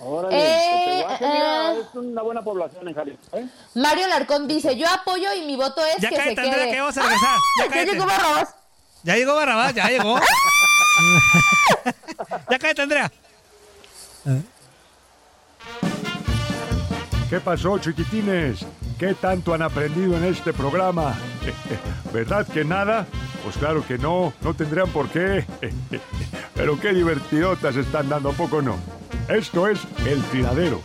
P: Órale,
H: Eh,
P: Tepehuaque, mira,
H: ah.
P: es una buena población en Jalisco. ¿eh?
H: Mario Larcón dice, yo apoyo y mi voto es
F: Ya
H: que se
F: cállate,
H: quede.
F: Andrea, que vamos a regresar. Ya
H: ¡Ah! (laughs) Ya
F: cállate.
H: llegó Barrabás.
F: Ya llegó Barrabás, ya
H: (laughs)
F: llegó. ya cállate, Andrea.
R: ¿Qué pasó, chiquitines? ¿Qué tanto han aprendido en este programa? (laughs) ¿Verdad que nada? Pues claro que no, no tendrían por qué. (laughs) Pero qué divertidotas están dando, ¿a poco no? Esto es El Tiradero.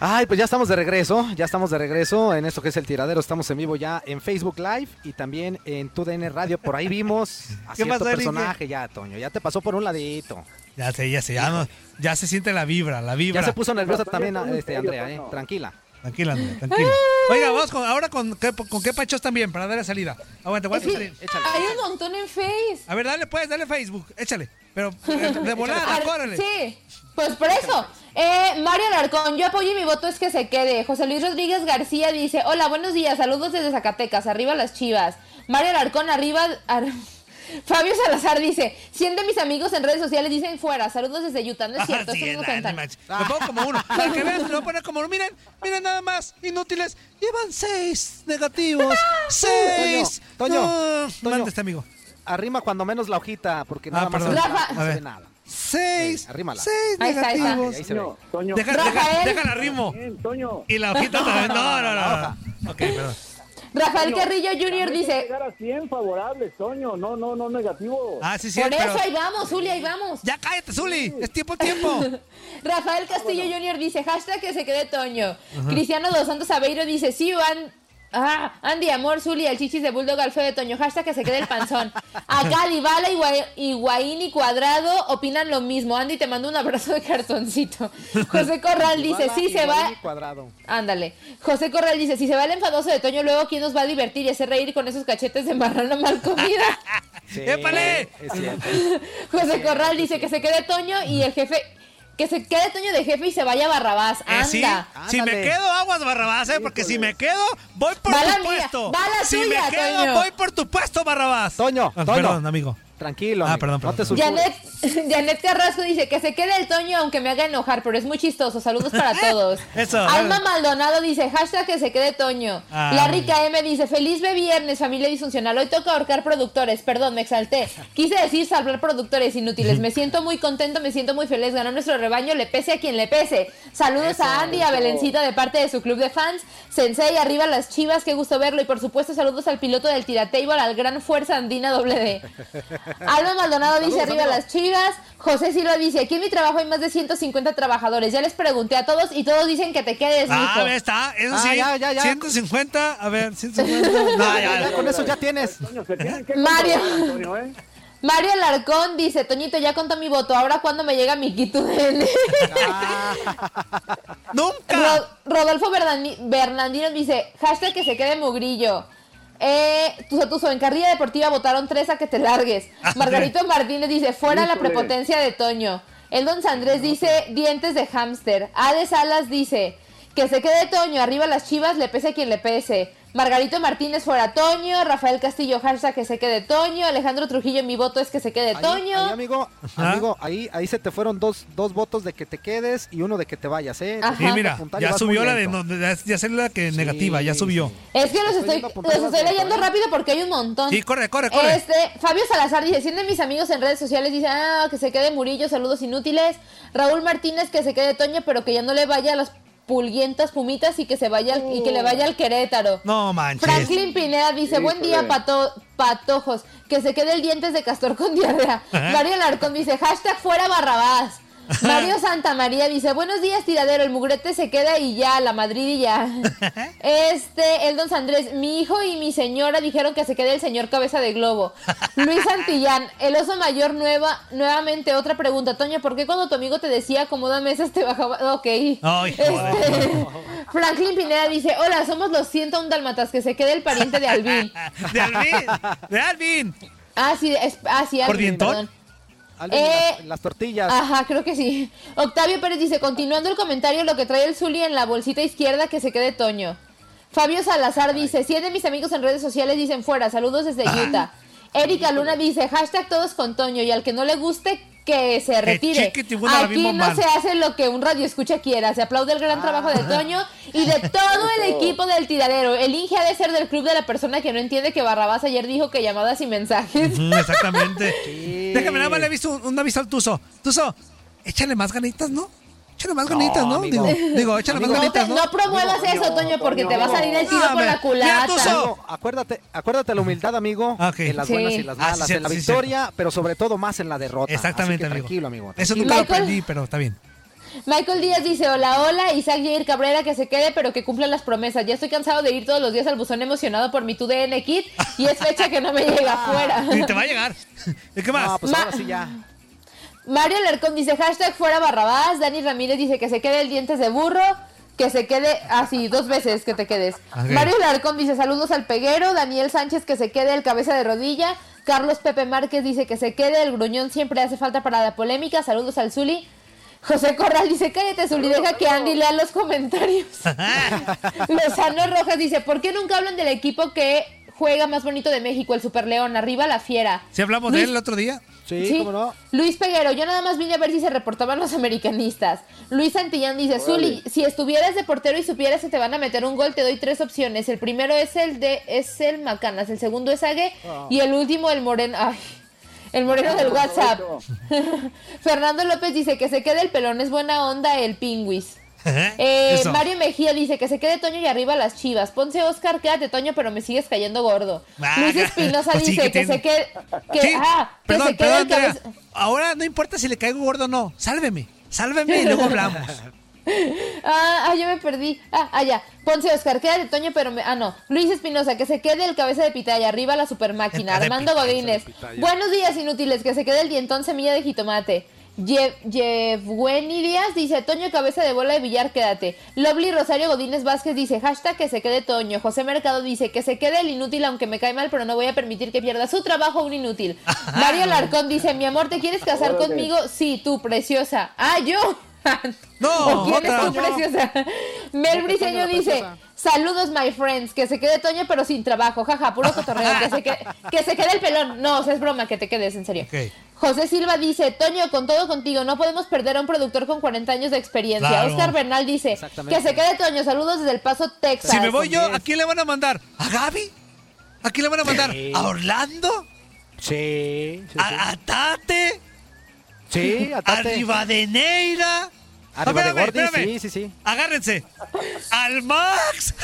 D: Ay, pues ya estamos de regreso, ya estamos de regreso en esto que es el tiradero. Estamos en vivo ya en Facebook Live y también en TUDN Radio. Por ahí vimos a
F: ¿Qué
D: cierto
F: pasó, Enrique?
D: personaje ya, Toño. Ya te pasó por un ladito.
F: Ya sé, ya sé, ya, no- ya se siente la vibra, la vibra.
D: Ya se puso nerviosa también a- este, Andrea, eh. Tranquila.
F: Tranquila, Andrea, tranquila. Oiga, vamos con- ahora con qué, con qué pachos también para darle salida. Aguanta, aguanta.
H: Sí,
F: Salim.
H: Hay un montón en Face.
F: A ver, dale pues, dale Facebook, échale. Pero eh,
H: (laughs)
F: de volada,
H: Ar-
F: córrele.
H: Sí, pues por eso. Eh, Mario Alarcón, yo apoyo y mi voto es que se quede. José Luis Rodríguez García dice, hola, buenos días, saludos desde Zacatecas, arriba las chivas. Mario Alarcón, arriba... ar- Fabio Salazar dice, 100 de mis amigos en redes sociales dicen fuera, saludos desde Utah, no
F: (laughs)
H: es cierto,
F: Así
H: eso
F: es,
H: no
F: la-
H: cuentan.
F: no manches. Me pongo como
H: (laughs)
F: uno. Para que vean, me voy a poner como uno. Miren, miren nada más. Inútiles. Llevan seis
H: (laughs)
F: negativos. Seis.
D: Toño,
F: No,
D: Toño.
F: mande este amigo.
D: Arrima cuando menos la hojita, porque
F: Ah,
D: nada más
F: perdón.
D: se ve nada,
F: Rafa.
D: no
F: A
D: se ve
F: ver.
D: nada.
F: Seis.
D: Eh, arrímala.
F: Seis
D: Ahí está, ahí está.
F: negativos.
D: Ahí se ve. Toño,
P: Toño.
F: Deja, deja,
H: Rafael.
F: déjala arrimo.
P: Toño.
F: Y la hojita también. No, no, no. no. Ok, perdón.
H: Rafael
P: Toño,
H: Carrillo
P: también
H: Jr.
P: hay que
H: dice,
P: Llegar a 100 favorables, Toño. No, no, no, negativo.
F: Ah, sí, sí.
H: por
F: pero-
H: eso ahí vamos, Zuli, ahí vamos. Mm.
F: Ya cállate, Zuli. Es tiempo, tiempo.
H: (laughs) Rafael Castillo Jr. dice, hashtag que se quede Toño. Cristiano Dos Santos Aveiro dice, sí, Van. Ah, Andy Amor, Zuli, el chichis de Bulldog al feo de Toño. Hashtag que se quede el panzón.
F: (laughs)
H: Acá Dybala, Higua- Higuaín y Cuadrado opinan lo mismo. Andy, te mando un abrazo de
F: (laughs)
H: cartoncito. José Corral dice,
D: Iguala,
H: sí, se
D: igual
H: va...
D: y Cuadrado.
H: Ándale. José Corral dice, si se va el enfadoso de Toño, luego ¿quién nos va a divertir y hacer reír con esos cachetes de marrana mal comida?
D: Sí,
F: ¡Épale!
D: Es cierto.
H: (laughs) José Corral dice que se quede Toño y el jefe. Que se quede Toño de jefe y se vaya Barrabás. Anda.
F: Eh, sí, si me quedo, aguas Barrabás, ¿eh? porque si me quedo, voy por
H: Va la
F: tu
H: mía,
F: puesto.
H: va la
F: si
H: tuya,
F: me quedo,
H: Toño.
F: voy por tu puesto, Barrabás.
D: Toño,
F: Ah,
D: Toño.
F: Perdón, amigo.
D: Tranquilo.
F: Ah,
D: amigo,
F: perdón,
D: No te
F: perdón,
D: sulfures.
H: Janet, (laughs) Janet Carrasco dice que se quede el Toño aunque me haga enojar, pero es muy chistoso.
F: (laughs)
H: Saludos para todos.
F: Eso,
H: Alma
F: dale.
H: Maldonado dice, hashtag que se quede Toño.
F: Ah.
H: La rica M dice, feliz be viernes, familia disfuncional. Hoy toca ahorcar productores. Perdón, me exalté. Quise decir salvar productores inútiles. Me siento muy contento, me siento muy feliz. Ganó nuestro rebaño, le pese a quien le pese. Saludos a Andy, a Belencita de parte de su club de fans. Sensei, arriba las chivas, qué gusto verlo. Y por supuesto, saludos al piloto del tiratable, al gran fuerza andina
F: (laughs)
H: doble D. Alma Maldonado dice
D: Saludos,
H: arriba
D: amigo.
H: las chivas. José Silva dice, aquí en mi trabajo hay más de 150 trabajadores. Ya les pregunté a todos y todos dicen que te quedes,
F: Ah,
H: mijo.
F: ahí está, eso
D: Ah,
F: sí.
D: ya, ya, ya.
F: 150, a ver, 150.
D: (laughs)
F: No, ya,
D: Ya
F: ya.
D: con eso ya tienes.
P: Toño, se tienen que
H: Mario.
P: controlar, Toño, ¿eh?
H: Mario Alarcón dice, Toñito, ya contó mi voto. Ahora cuando me llega mi quito de N?"
F: (laughs) ¡Nunca!
H: Ro- Rodolfo Bernani- Bernardino dice, hashtag que se quede mugrillo. Eh, tu, tu- en carrilla deportiva votaron tres a que te largues.
F: Ah,
H: Margarito Martínez dice, fuera la
P: Híjole.
H: prepotencia de Toño. Eldon Sandrés dice, dientes de hámster. Ade Salas dice, que se quede Toño, arriba las chivas, le pese a quien le pese. Margarito Martínez fuera Toño, Rafael Castillo hashtag que se quede Toño, Alejandro Trujillo mi voto es que se quede
D: Ahí-
H: Toño.
D: ahí, amigo,
F: Ajá.
D: amigo, ahí, ahí se te fueron dos, dos votos de que te quedes y uno de que te vayas, ¿eh?
H: Ajá.
F: Sí, mira,
D: Apuntar y
F: ya
D: vas muy
F: subió la de.
D: lento.
F: no, ya, ya salió la que negativa, ya subió.
H: Es que los
D: Estoy
H: estoy,
D: yendo a apuntar
H: los
D: las
H: estoy
D: notas,
H: leyendo
D: ¿eh?
H: rápido porque hay un montón.
F: Sí, corre, corre, corre.
H: Este, Fabio Salazar dice, siendo mis amigos en redes sociales, dice, ah, que se quede Murillo, saludos inútiles. Raúl Martínez, que se quede Toño, pero que ya no le vaya a los pulguientas pumitas y que se vaya al- y que le vaya
F: Oh.
H: al Querétaro.
F: No manches.
H: Franklin Pineda dice, buen día,
F: Híjole.
H: pato- patojos. Que se quede el dientes de castor con diarrea.
F: Ajá.
H: Mario Larcón dice, hashtag fuera barrabás. Mario Santa María dice, buenos días, tiradero. El mugrete se queda y ya, la Madrid
F: (laughs)
H: y ya. Este, el don Andrés, mi hijo y mi señora dijeron que se quede el señor cabeza de
F: (laughs)
H: globo. Luis Santillán, el oso mayor nueva, nuevamente otra pregunta. Toño, ¿por qué cuando tu amigo te decía acomoda mesas te bajaba? Ok.
F: Ay, joder.
H: Este, Franklin Pineda dice, hola, somos los 101 dálmatas, que se quede el pariente
F: (laughs)
H: de Alvin.
F: De Alvin. De Alvin.
H: Ah, sí, es, ah, sí,
D: ¿Por
H: Alvin,
D: dientón?
H: perdón.
D: Alvin,
H: Eh,
D: las, las tortillas.
H: Ajá, creo que sí. Octavio Pérez dice, continuando el comentario, lo que trae el Zuli en la bolsita izquierda, que se quede Toño. Fabio Salazar dice, siete de mis amigos en redes sociales dicen fuera, saludos desde Utah. Erika Luna dice, hashtag todos con Toño, y al que no le guste, que se retire.
F: cheque te huela la Ah.
H: Aquí
F: bimbo
H: no
F: man.
H: se hace lo que un radio escucha quiera, se aplaude el gran trabajo de Toño
F: (laughs)
H: y de todo el equipo del tiradero. El Inge ha de ser del club de la persona que no entiende que Barrabás ayer dijo que llamadas y mensajes.
D: (laughs)
F: Mm, exactamente. Déjame nada más le aviso, un, un aviso al Tuzo. Tuzo, échale más ganitas, ¿no? Échale más
D: No,
F: ganitas, ¿no?
D: amigo.
F: Digo, digo, échale
D: Amigo.
F: más
H: No,
F: ganitas,
H: te-
F: ¿no?
H: no promuevas eso, Toño, porque te va a salir el tiro por la culata.
D: Amigo, acuérdate, acuérdate la humildad, amigo, en las
H: Sí.
D: buenas y las
H: Ah, sí,
D: malas, en
F: cierto,
D: la
F: sí,
D: victoria, pero sobre todo más en la derrota.
F: Exactamente,
D: Así que
F: amigo.
D: Tranquilo, amigo.
F: Eso
D: tranquilo.
F: nunca lo
H: Michael-
F: aprendí, pero está bien.
H: Michael Díaz dice, hola, hola, Isaac Jair Cabrera, que se quede, pero que cumpla las promesas. Ya estoy cansado de ir todos los días al buzón emocionado por mi tu DN Kit y es fecha que no me llega
F: Ah.
H: afuera.
F: Y te va a llegar. (laughs) ¿Y qué más?
D: No, pues ahora sí ya.
H: Mario Larcón dice, hashtag fuera Barrabás. Dani Ramírez dice que se quede el dientes de burro. Que se quede así, dos veces que te quedes.
S: Ok.
H: Mario Larcón dice saludos al peguero. Daniel Sánchez que se quede el cabeza de rodilla. Carlos Pepe Márquez dice que se quede. El gruñón siempre hace falta para la polémica. Saludos al Zuli. José Corral dice cállate Zuli, deja que Andy lea los comentarios. Lozano Rojas dice ¿por qué nunca hablan del equipo que juega más bonito de México, el Super León? Arriba la fiera.
F: Si hablamos de
H: Luis-
F: él el otro día.
H: Sí. Luis Peguero, yo nada más vine a ver si se reportaban los americanistas. Luis Santillán dice, Zuli, si estuvieras de portero y supieras que te van a meter un gol, te doy tres opciones. El primero es el de es el Macanas, el segundo es Ague
S: Ah.
H: y el último el Moreno. Ay, el Moreno del WhatsApp. (laughs) Fernando López dice que se quede el pelón, es buena onda el pingüis. Eh,
S: Eso.
H: Mario Mejía dice que se quede Toño y arriba las chivas. Ponce Oscar, quédate Toño, pero me sigues cayendo gordo.
F: Ah,
H: Luis Espinosa
F: pues sí,
H: dice
F: que
H: que,
F: tiene-
H: se quede. Que,
F: Sí,
H: ah, que
F: perdón,
H: se quede
F: perdón,
H: el cabeza-
F: Andrea. Ahora no importa si le caigo gordo o no. Sálveme. Sálveme y luego hablamos.
H: (laughs) Ah, ah, yo me perdí. Ah, allá. Ponce Oscar, quédate Toño, pero me... Ah, no. Luis Espinosa, que se quede el cabeza de pitaya. Arriba la super máquina. Armando Godínez. Buenos días, inútiles. Que se quede el dientón semilla de jitomate. Ye- Yevgueni Díaz dice, Toño, cabeza de bola de billar, quédate. Lovely Rosario Godínez Vázquez dice, hashtag que se quede Toño. José Mercado dice, que se quede el inútil, aunque me cae mal, pero no voy a permitir que pierda su trabajo un inútil. Mario Larcón dice, mi amor, ¿te quieres casar
S: Órale.
H: conmigo? Sí, tú, preciosa. Ah, yo.
S: No,
F: Oh,
H: ¿O quién es
S: otra.
H: tu preciosa? Mel
S: Porque Toño
H: Briseño
S: la
H: dice,
S: preciosa.
H: saludos my friends, que se quede Toño pero sin trabajo, jaja, puro cotorreo, que se, que, que se quede el pelón. No, o sea, es broma, que te quedes, en serio. José Silva dice, Toño, con todo contigo, no podemos perder a un productor con 40 años de experiencia.
F: Claro.
H: Oscar Bernal dice, que se quede Toño, saludos desde El Paso, Texas.
F: Si me voy yo, ¿a quién le van a mandar? ¿A Gaby? ¿A quién le van a mandar? ¿A Orlando?
D: Sí.
F: ¿A, a Tate?
D: Sí, a Tate.
F: ¿A Rivadeneira?
D: A Ribadegordi,
F: espérame.
D: sí, sí, sí.
F: Agárrense. ¡Al Max!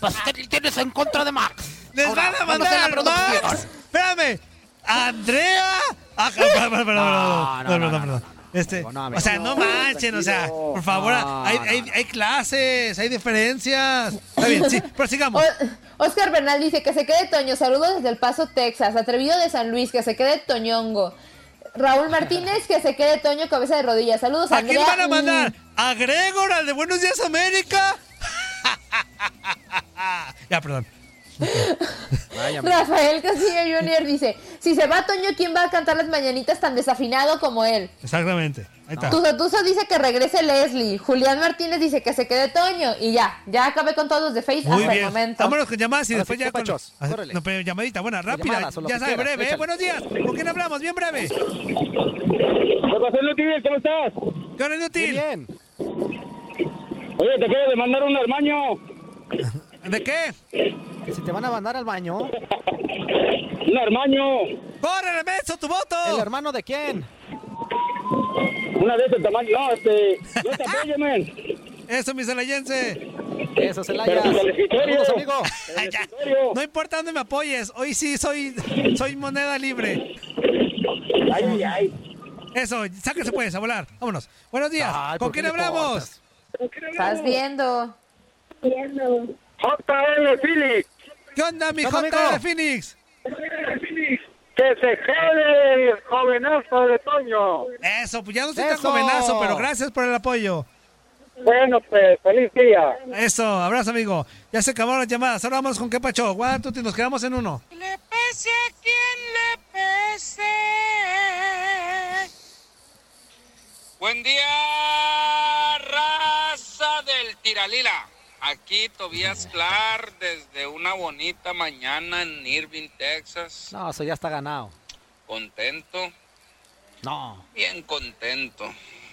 F: pues, ¿qué tienes en contra de Max? ¡Les
S: Ahora,
F: van a
S: vamos a
F: mandar
S: la
F: al Max!
S: producción.
F: ¡Espérame! ¡A Andrea! Ah, (laughs) perdón, perdón, perdón,
D: no,
F: perdón, perdón. Este, o sea, no manchen, o sea, por favor,
D: No,
F: hay,
D: no,
F: hay- hay clases, hay diferencias. Está bien, sí, pero sigamos.
H: O- Oscar Bernal dice que se quede Toño. Saludos desde El Paso, Texas. Atrevido de San Luis, que se quede Toñongo. Raúl Martínez, que se quede Toño, cabeza de rodillas. Saludos,
F: ¿A quién
H: Andrea.
F: van a mandar?
H: Mm,
F: ¿A Gregor, al de Buenos Días América? ya, perdón.
H: Rafael Castillo Jr. dice: Si se va Toño, ¿quién va a cantar las mañanitas tan desafinado como él?
F: Exactamente. Ahí está.
H: Tuzo Tuzo dice que regrese Leslie. Julián Martínez dice que se quede Toño. Y ya, ya acabé con todos los de Face
F: Muy
H: hasta
F: bien.
H: el momento.
F: Vámonos con llamadas y
D: Ahora
F: después
D: sí,
F: ya con...
D: chapachos,
F: Ah,
D: córrele.
F: No, pero llamadita, buena, rápida.
D: llamadas o lo
F: ya
D: que
F: sabes,
D: quieras,
F: breve, ¿eh?
D: échale.
F: Buenos días. ¿Con quién hablamos? Bien breve.
P: ¿Qué pasó, Inútil? ¿Cómo estás?
F: ¿Qué onda, Inútil?
D: Bien.
P: Oye, te quiero demandar un al baño.
F: ¿De qué?
D: Si te van a mandar al baño.
P: Un armaño.
F: ¡Córrele, menso, tu voto!
D: ¿El hermano de quién?
S: Una de esas tamaño. No, este. Yo
F: (laughs)
S: te apoyo, man.
F: Ah. Eso, mi celayense.
D: Eso,
S: Celaya. Pero del escritorio.
F: Saludos, (laughs) amigo. Ya. No importa dónde me apoyes, hoy sí soy, soy moneda libre.
S: Ay, ay.
F: Eso, sáquese pues, a volar. Vámonos. Buenos días.
S: Ay,
F: ¿Con
S: ¿por qué
F: quién
S: le
F: hablamos?
H: Estás viendo.
K: Viendo.
P: JL Phoenix.
F: ¿Qué onda, mi
P: ¿Qué onda,
F: JL
P: amigo?
F: Phoenix?
P: Que se quede el jovenazo de Toño.
F: Eso, pues ya no soy tan
P: Eso.
F: jovenazo, pero gracias por el apoyo.
P: Bueno, pues, feliz día.
F: Eso, abrazo, amigo. Ya se acabaron las llamadas. Ahora vamos con qué pacho. Juan, tú nos quedamos en
J: (laughs)
F: uno.
K: Le pese a quien le pese.
J: Buen día, raza del Tiralila. Aquí Tobías Clar desde una bonita mañana en Irving, Texas.
D: No, eso ya está ganado.
J: Contento,
D: No.
J: bien contento.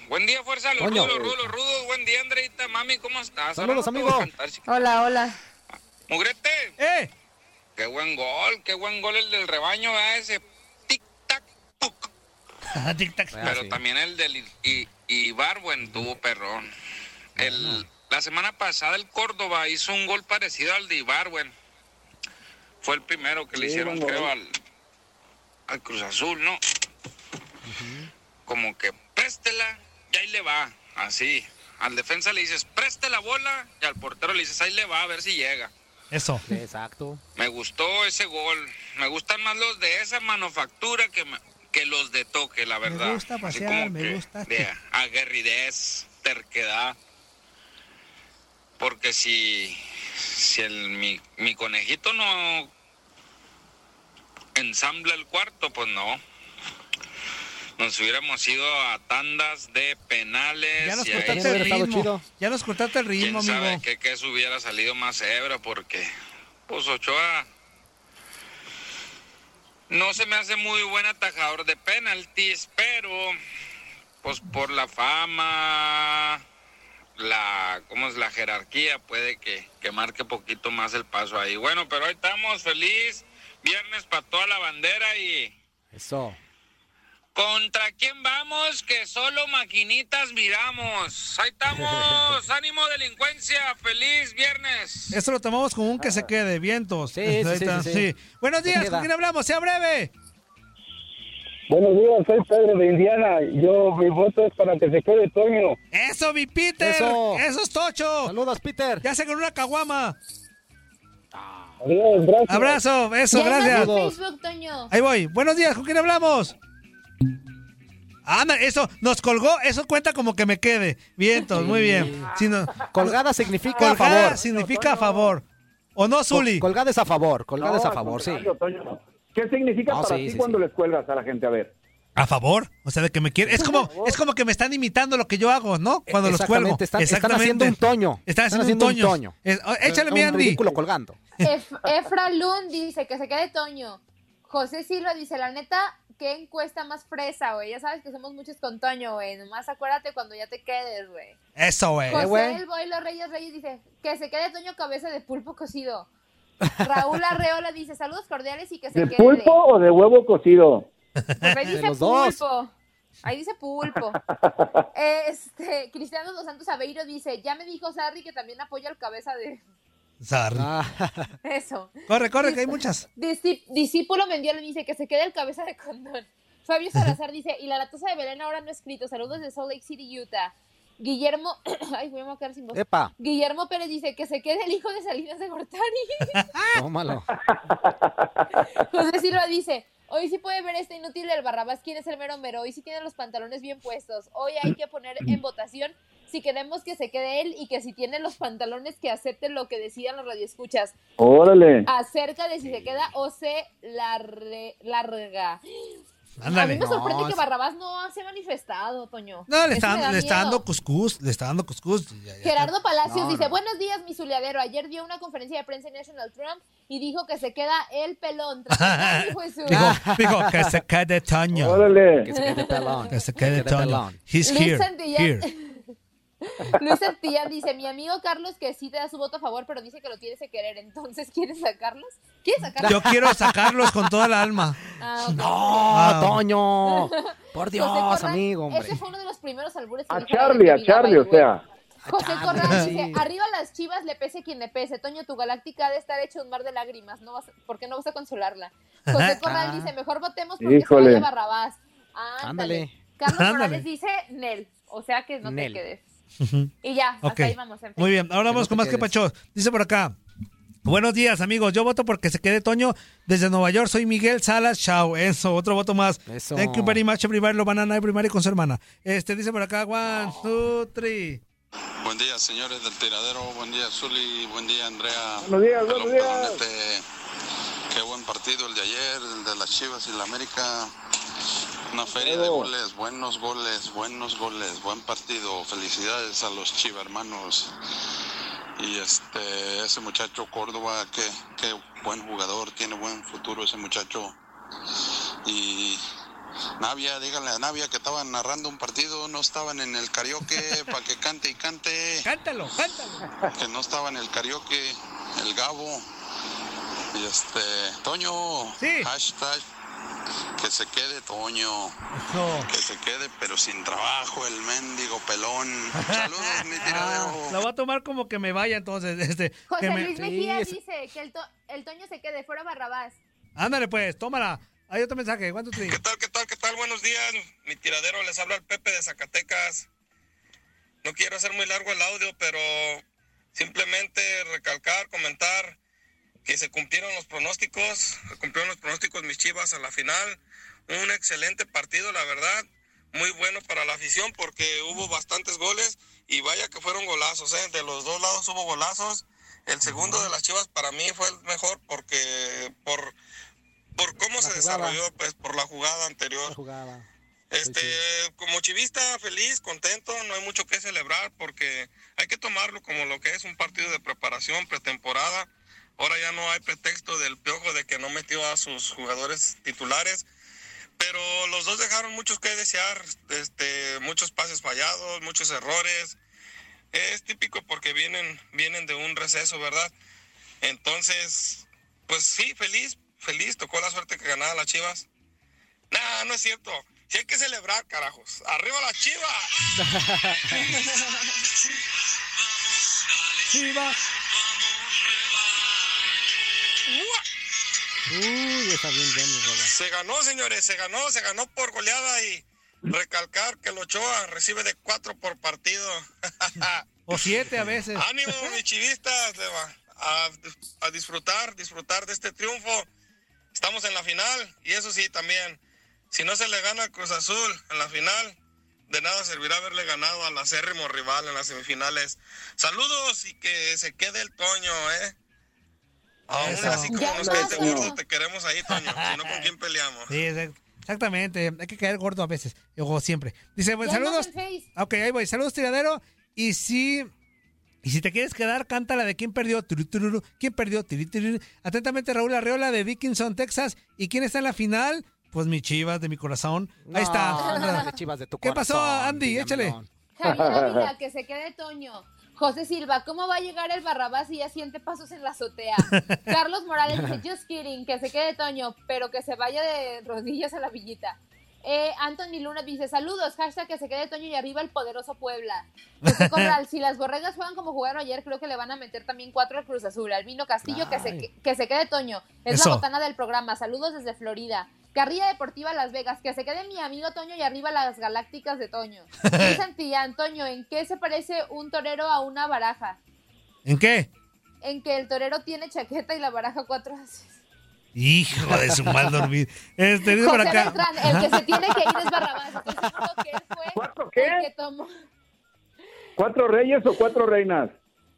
J: Buen día, fuerza, los
D: Coño.
J: rudos, rudos, rudos. Buen día, Andreita, mami, ¿cómo estás?
D: Saludos,
J: Ahora no te
D: amigo.
J: voy a cantar, chica.
H: Hola, hola.
J: Mugrete.
F: ¡Eh!
J: Qué buen gol, qué buen gol el del rebaño, ¿verdad? ese
F: Tic-tac.
J: Pero también el del I- I- Ibarwen tuvo perrón. El, la semana pasada el Córdoba hizo un gol parecido al de Ibarwen. Fue el primero que le
S: Sí,
J: hicieron,
S: buen gol.
J: creo, al, al Cruz Azul, ¿no? Como que préstela y ahí le va, así. Al defensa le dices, preste la bola y al portero le dices, ahí le va, a ver si llega.
F: Eso.
D: Exacto.
J: Me gustó ese gol. Me gustan más los de esa manufactura que, me- que los de toque, la verdad.
F: gusta
J: Así
F: pasear,
J: como
F: me
J: que
F: gusta.
J: De aguerridez, terquedad. Porque si, si el, mi, mi conejito no ensambla el cuarto, pues no. Nos hubiéramos ido a tandas de penales.
F: Ya nos
J: y ahí
F: cortaste el
J: sí,
F: ritmo. Ya nos cortaste el
J: ¿Quién
F: ritmo,
J: sabe
F: amigo.
J: qué queso hubiera salido más hebra? Porque, pues Ochoa no se me hace muy buen atajador de penaltis, pero, pues por la fama, la, ¿cómo es? La jerarquía puede que, que marque poquito más el paso ahí. Bueno, pero hoy estamos feliz. Viernes para toda la bandera y
D: Eso.
J: ¿Contra quién vamos? Que solo maquinitas miramos. Ahí estamos. Ánimo delincuencia. Feliz viernes.
F: Eso lo tomamos como un que
J: Ah.
F: se quede, vientos.
J: Sí,
F: Ahí
J: sí, sí,
F: está,
J: sí,
F: sí.
J: sí.
F: Buenos
J: Se
F: días,
J: queda.
F: ¿con quién hablamos? Sea breve.
S: Buenos días, soy Pedro de Indiana. Yo, mi voto es para que se quede Toño.
F: Eso, mi Peter.
S: Eso.
F: Eso, es Tocho.
D: Saludos, Peter.
F: Ya se con una caguama.
S: Adiós, gracias.
F: Abrazo, eso,
H: Ya estás
F: gracias.
H: en Facebook, Toño.
F: Ahí voy. Buenos días, ¿con quién hablamos? Anda, eso, nos colgó, eso cuenta como que me quede. Vientos, muy bien. Si no-
D: Colgada significa a
F: Colgada
D: favor.
F: significa a favor. ¿O no, Zuli?
D: Col- colgada es a favor, colgada
T: No,
D: es a
T: al
D: favor, sí.
T: contrario, Toño. ¿Qué significa
D: No,
T: para
D: sí,
T: ti
D: sí,
T: cuando les cuelgas a la gente? A ver.
F: ¿A favor? O sea, de que me quieren. Es como, es como que me están imitando lo que yo hago, ¿no? Cuando los
D: Exactamente,
F: cuelgo.
D: Están, están haciendo un toño.
F: Están haciendo, un toño. Es- oh, échale, mi
D: Eh, un
F: Andy.
D: ridículo colgando.
H: Ef- Efra Lund dice que se quede Toño. José Silva dice, la neta, qué encuesta más fresa, güey. Ya sabes que somos muchos con Toño, güey. Nomás acuérdate cuando ya te quedes, güey.
F: Eso, Pues, güey.
D: Eh,
H: José el Boilo Reyes Reyes dice, que se quede Toño cabeza de pulpo cocido. Raúl Arreola dice, saludos cordiales y que se
T: ¿De
H: quede.
T: pulpo o de huevo cocido?
H: Pues
F: (laughs)
H: ahí dice
T: los dos.
H: pulpo. Ahí dice
T: (laughs)
H: pulpo. Este, Cristiano dos Santos Aveiro dice, ya me dijo Sarri que también apoya el cabeza de
F: Sarri.
D: Ah.
H: eso.
F: Corre, corre, que hay muchas.
H: Disci- discípulo Mendiel dice que se quede el cabeza de condón. (laughs) Fabio Salazar dice, y la latosa de Belén ahora no escrito. Saludos de Salt Lake City, Utah. Guillermo, (clears throat) ay, voy a quedar sin voz.
D: Epa.
H: Guillermo Pérez dice que se quede el hijo de Salinas de Gortari. (laughs)
D: Tómalo.
H: José Silva dice, hoy sí puede ver este inútil del Barrabás quién es el mero mero, hoy sí tiene los pantalones bien puestos, hoy hay que poner en votación si queremos que se quede él y que si tiene los pantalones que acepten lo que decidan los radioescuchas.
T: Órale.
H: Acerca de si se queda o se larre- larga.
F: Ándale.
H: (laughs) A mí me sorprende
F: No,
H: que
F: es-
H: Barrabás no se ha manifestado, Toño.
F: No,
H: Eso
F: le
H: me
F: está,
H: da
F: le está
H: miedo.
F: dando cuscús. Le está dando cuscús. Ya, ya.
H: Gerardo Palacios
F: No,
H: dice,
F: no.
H: buenos días, mi zuleadero. Ayer dio una conferencia de prensa en National Trump y dijo que se queda el
F: (laughs)
H: pelón. Tras- Hijo de su-
D: (laughs)
F: Dijo, dijo que se quede Toño.
T: Órale.
F: Que se quede Toño. He's
H: Luis
F: here.
H: Santillán-
F: here.
H: (laughs) Luis Santillán dice, mi amigo Carlos que sí te da su voto a favor, pero dice que lo tienes que querer, entonces ¿quieres sacarlos? ¿Quieres sacarlos?
F: Yo quiero sacarlos
H: (laughs)
F: con toda el alma.
H: Ah, ok.
D: ¡No,
F: (laughs)
D: Toño! Por
H: José
D: Dios,
H: Corral,
D: amigo, hombre.
H: Ese fue uno de los primeros albures que
T: A
H: dijo la
T: Charlie, a
H: Belinda,
T: Charlie,
H: by
T: o
H: the way.
T: sea.
H: José Corral
T: sí.
H: dice, arriba las chivas, le pese quien le pese. Toño, tu galáctica ha de estar hecho un mar de lágrimas. No vas, ¿Por qué no vas a consolarla? José Corral
D: Ah.
H: dice, mejor votemos porque
D: Híjole.
H: se vaya Barrabás. Ah,
D: Ándale.
H: Carlos
F: Ándale.
H: Morales dice, Nel. O sea que no
F: Nel.
H: te quedes.
F: Ujú.
H: Y ya,
F: Ok.
H: hasta ahí vamos. Pues, en fin.
F: Muy bien, ahora vamos con más que Pacho. Dice por acá. Buenos días, amigos. Yo voto porque se quede Toño desde Nueva York. Soy Miguel Salas. Chao. Eso, otro voto más. Thank you very much, everybody. Lo van a primario con su hermana. Este dice por acá, one, two, three.
G: Buen día, señores del tiradero. Buen día, Zuli. Buen día, Andrea.
F: Buenos días, buenos
G: Pelón,
F: días.
G: Pelonete. este, Qué buen partido el de ayer, el de las Chivas y la América. Una feria de goles, buenos goles, buenos goles, buen partido. Felicidades a los Chivas hermanos. Y este, ese muchacho Córdoba, qué, qué buen jugador, tiene buen futuro ese muchacho. Y Navia, díganle a Navia que estaban narrando un partido, no estaban en el karaoke para que cante y cante.
F: Cántalo, cántalo.
G: Que no estaba en el karaoke, el Gabo. Y este, Toño, hashtag, que se quede Toño, que se quede pero sin trabajo, el mendigo pelón. Saludos, mi tiradero.
F: La voy a tomar como que me vaya entonces. Este,
H: José
F: que me-
H: Luis Mejía dice que el, to- el Toño se quede fuera Barrabás.
F: Ándale, pues, tómala. Hay otro mensaje. One, two, three.
A: ¿Qué tal? Buenos días. Mi tiradero les habla el Pepe de Zacatecas. No quiero hacer muy largo el audio, pero simplemente recalcar, comentar que se cumplieron los pronósticos, se cumplieron los pronósticos mis chivas a la final. Un excelente partido, la verdad. Muy bueno para la afición porque hubo bastantes goles y vaya que fueron golazos, ¿eh? De los dos lados hubo golazos. El segundo de las chivas para mí fue el mejor porque por, por cómo se desarrolló, pues por la jugada anterior.
D: Ah,
A: Este, como chivista, feliz, contento, no hay mucho que celebrar porque hay que tomarlo como lo que es un partido de preparación, pretemporada. Ahora ya no hay pretexto del piojo de que no metió a sus jugadores titulares, pero los dos dejaron muchos que desear, este, muchos pases fallados, muchos errores. Es típico porque vienen, vienen de un receso, ¿verdad? Entonces, pues sí, feliz, feliz, tocó la suerte que ganaba las Chivas. Nah, no es cierto. Si hay que celebrar, carajos. ¡Arriba las chivas!
F: Chivas.
D: (laughs) Uy, está bien, bien, mi rola.
A: Se ganó, señores, se ganó, se ganó por goleada y recalcar que el Ochoa recibe de cuatro por partido.
F: O siete a veces.
A: Ánimo, mis chivistas, eh, a, a disfrutar, disfrutar de este triunfo. Estamos en la final y eso sí también. Si no se le gana al Cruz Azul en la final, de nada servirá haberle ganado al acérrimo rival en las semifinales. Saludos y que se quede el Toño, ¿eh? Aún
F: Eso.
A: así como
F: Ya
A: nos
F: no,
A: caíste
F: Toño.
A: gordo, te queremos ahí, Toño. Si no, ¿con quién peleamos?
F: Sí, exact- exactamente. Hay que caer gordo a veces. O siempre. Dice, bueno,
A: Ya no
F: saludos. Ah,
A: en Face.
F: Ok, ahí voy. Saludos, tiradero. Y si. Y si te quieres quedar, cántala de quién perdió. Turu, tururu. ¿Quién perdió? Tiri, tiri. Atentamente, Raúl Arreola de Dickinson, Texas. ¿Y quién está en la final? Pues mi chivas de mi corazón. Ahí está.
D: No, las chivas de tu
F: ¿Qué pasó,
D: corazón,
F: Andy? Échale. (laughs)
H: Javier Ávila, que se quede Toño. José Silva, ¿cómo va a llegar el Barrabás si ya siente pasos en la
F: (laughs)
H: azotea? Carlos Morales dice, just kidding, que se quede Toño, pero que se vaya de rodillas a la villita. Eh, Anthony Luna dice, saludos, hashtag que se quede Toño y arriba el poderoso Puebla.
F: (laughs)
H: José Corral, si las borregas juegan como jugaron ayer, creo que le van a meter también cuatro al Cruz Azul. Albino Castillo, que se,
F: Ay.
H: que- que se quede Toño. Es
F: Eso.
H: la botana del programa. Saludos desde Florida. Carrilla Deportiva Las Vegas, que se quede mi amigo Toño y arriba las galácticas de Toño. Luis Santillán, Toño, ¿en qué se parece un torero a una baraja?
F: ¿En qué?
H: En que el torero tiene chaqueta y la baraja cuatro haces.
F: Hijo de su mal dormir. Este, dice por
H: José
F: acá.
H: Beltrán, el que se tiene que ir es Barrabás. Estoy seguro que él fue el que tomó.
T: ¿Cuatro reyes o cuatro reinas?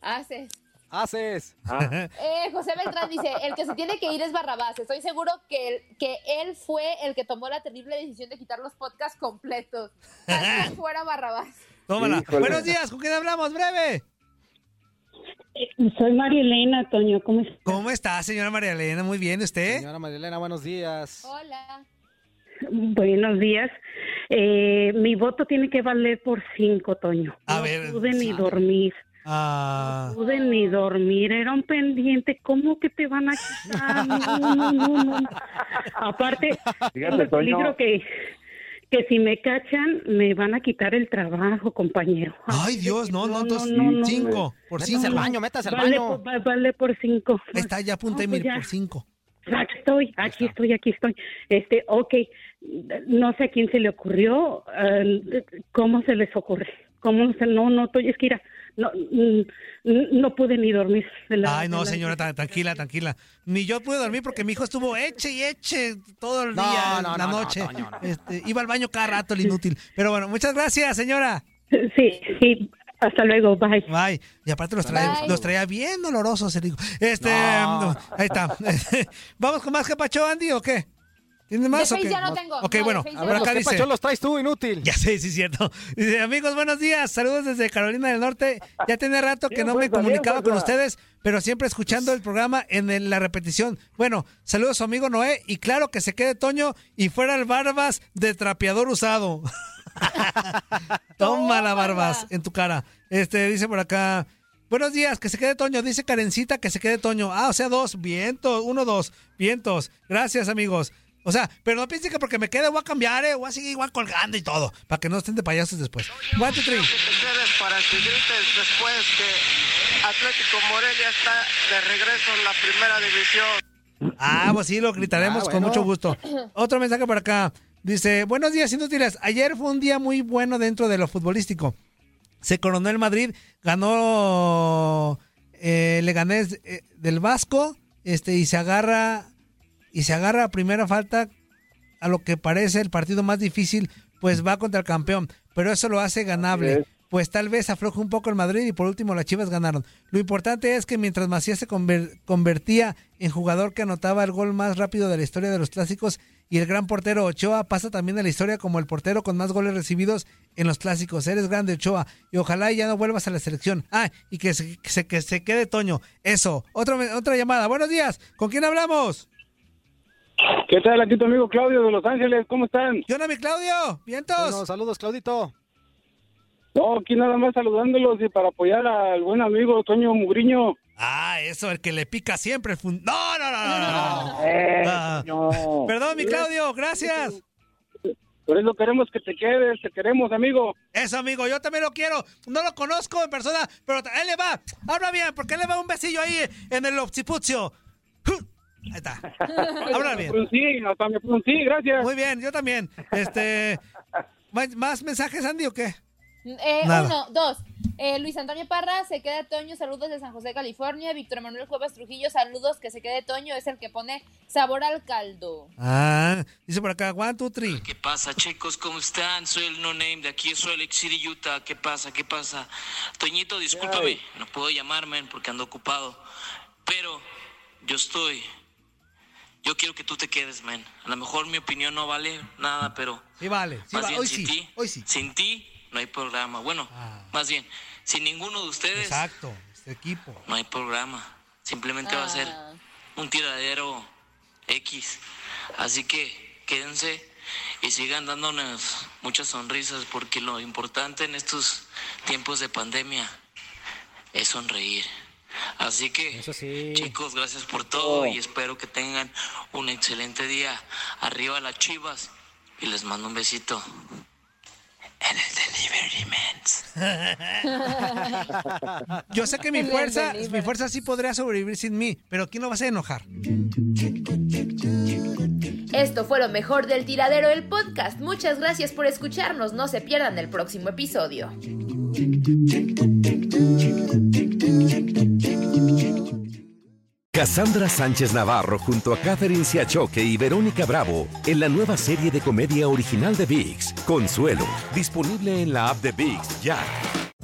H: Haces.
D: Haces.
H: Ah, Eh, José Beltrán dice, el que se tiene que ir es Barrabás. Estoy seguro que él, que él fue el que tomó la terrible decisión de quitar los podcasts completos. Hashtag Fuera Barrabás.
F: Tómala.
U: Híjole.
F: Buenos días, ¿con quién hablamos? Breve.
U: Soy María Elena, Toño. ¿Cómo estás?
F: ¿Cómo está, señora María Elena? Muy bien, ¿usted?
D: Señora Marilena, buenos días.
H: Hola.
U: Buenos días. Eh, mi voto tiene que valer por cinco, Toño.
F: A
U: no
F: ver,
U: pude ni
F: ah.
U: dormir.
F: Ah.
U: No pude ni dormir. Era un pendiente. ¿Cómo que te van a
F: (laughs)
U: quitar? No, no, no, no. Aparte,
P: Fíjate,
U: el
P: Toño.
U: peligro Pues, que, que si me cachan, me van a quitar el trabajo, compañero.
F: Ay, Dios, no, no, entonces,
U: no, no.
F: cinco. Por
U: Métase
F: cinco.
U: al baño, métase al Vale, baño. pues, Vale por cinco.
F: Está, ya apunté,
U: No,
F: mire,
U: pues ya.
F: por cinco.
U: Aquí estoy, aquí estoy, aquí estoy. Este, ok, no sé a quién se le ocurrió, eh, cómo se les ocurre, cómo se, no, no, estoy, es que mira, no, mm, no pude ni dormir. de la-
F: Ay, no,
U: de la-
F: señora, ta- tranquila, tranquila. Ni yo pude dormir porque mi hijo estuvo eche y eche todo el
U: No,
F: día,
U: no,
F: la
U: no, no,
F: noche.
U: Toño, no.
F: Este, iba al baño cada rato, el inútil. Pero bueno, muchas gracias, señora.
U: Sí, sí, hasta luego, bye.
F: Bye. Y aparte los traía,
U: Bye.
F: los traía bien olorosos, el hijo. Este,
U: No.
F: no, ahí está. (laughs) Vamos con más capacho, Andy, ¿o qué? ¿Tienes más?
H: De
F: o
H: Face
F: qué?
H: ya no tengo.
F: Ok,
H: No, de
F: bueno,
H: Face ya
F: por
H: no
F: acá
H: tengo.
F: dice.
H: Capachón,
F: los traes tú, inútil. Ya sé, sí, es cierto. Dice, amigos, buenos días. Saludos desde Carolina del Norte. Ya tiene rato que
P: Sí,
F: no
P: pues,
F: me comunicaba
P: adiós,
F: con
P: Olga.
F: ustedes, pero siempre escuchando el programa en el- la repetición. Bueno, saludos a su amigo Noé y claro que se quede Toño y fuera el Barbas de trapeador usado. (laughs) Toma la barbas en tu cara. Este dice por acá. Buenos días, que se quede Toño. Dice Karencita que se quede Toño. Ah, o sea, dos, vientos, uno, dos, vientos. Gracias, amigos. O sea, pero no piensen que porque me quede voy a cambiar, eh. Voy a seguir igual colgando y todo. Para que no estén de payasos después. One, two, three.
B: quedes para que grites después que Atlético Morelia está de regreso en la primera división.
F: Ah, pues sí, lo gritaremos
B: Ah,
F: con
B: bueno.
F: mucho
B: (clears throat)
F: gusto. Otro mensaje por acá. Dice, buenos días, inútiles. Ayer fue un día muy bueno dentro de lo futbolístico. Se coronó el Madrid, ganó eh, Leganés eh, del Vasco este, y se agarra y se agarra a primera falta a lo que parece el partido más difícil, pues va contra el campeón, pero eso lo hace ganable. Pues tal vez afloje un poco el Madrid y por último las Chivas ganaron. Lo importante es que mientras Macías se conver- convertía en jugador que anotaba el gol más rápido de la historia de los clásicos y el gran portero Ochoa pasa también a la historia como el portero con más goles recibidos en los clásicos. Eres grande Ochoa y ojalá ya no vuelvas a la selección. Ah, y que se, que se- que se quede Toño. Eso. Otro, me- otra llamada. Buenos días. ¿Con quién hablamos?
P: ¿Qué tal aquí tu amigo Claudio de Los Ángeles? ¿Cómo están?
F: ¿Qué onda, mi Claudio? ¿Vientos?
P: saludos, Claudito. No, aquí nada más saludándolos y para apoyar al buen amigo Toño Mugriño.
F: Ah, eso, el que le pica siempre. el fun- No, no, no, no, no, no.
P: Eh,
F: Ah.
P: Toño.
F: Perdón, mi Claudio, gracias.
P: Por eso queremos que te quedes, te queremos, amigo.
F: Eso, amigo, yo también lo quiero. No lo conozco en persona, pero ta- él le va. Habla bien, porque él le va un besillo ahí en el occipucio. Ahí está. Habla bien.
P: Pues Sí, hasta me sí, gracias.
F: Muy bien, yo también. Este, ¿más, más mensajes, Andy, o qué?
H: Eh,
F: Nada.
H: uno, dos. Eh, Luis Antonio Parra, se queda Toño, saludos de San José, California. Víctor Manuel Cuevas Trujillo, saludos, que se quede Toño, es el que pone sabor al caldo.
F: Ah, dice por acá, one, two, three.
V: ¿Qué pasa, chicos? ¿Cómo están? Soy el No Name de aquí, soy el City, Utah. ¿Qué pasa? ¿Qué pasa? Toñito, discúlpame, no puedo llamarme porque ando ocupado. Pero yo estoy. Yo quiero que tú te quedes, man. A lo mejor mi opinión no vale nada, pero.
F: Sí, vale. Sí,
V: más
F: va-
V: bien,
F: Hoy
V: sin
F: sí. Ah.
V: ti, sin ti no hay programa. Bueno, más bien, sin ninguno de ustedes
F: Exacto, este equipo.
V: no hay programa. Simplemente va a ser un tiradero X. Así que quédense y sigan dándonos muchas sonrisas porque lo importante en estos tiempos de pandemia es sonreír. Así que, chicos, gracias por todo y espero que tengan un excelente día. Arriba las chivas y les mando un besito. En el delivery, mans.
F: Yo sé que mi fuerza, mi fuerza sí podría sobrevivir sin mí, pero ¿quién lo vas a enojar?
C: Esto fue lo mejor del tiradero del podcast. Muchas gracias por escucharnos. No se pierdan el próximo episodio.
W: Cassandra Sánchez Navarro junto a Catherine Siachoque y Verónica Bravo en la nueva serie de comedia original de Vix, Consuelo, disponible en la app de Vix ya.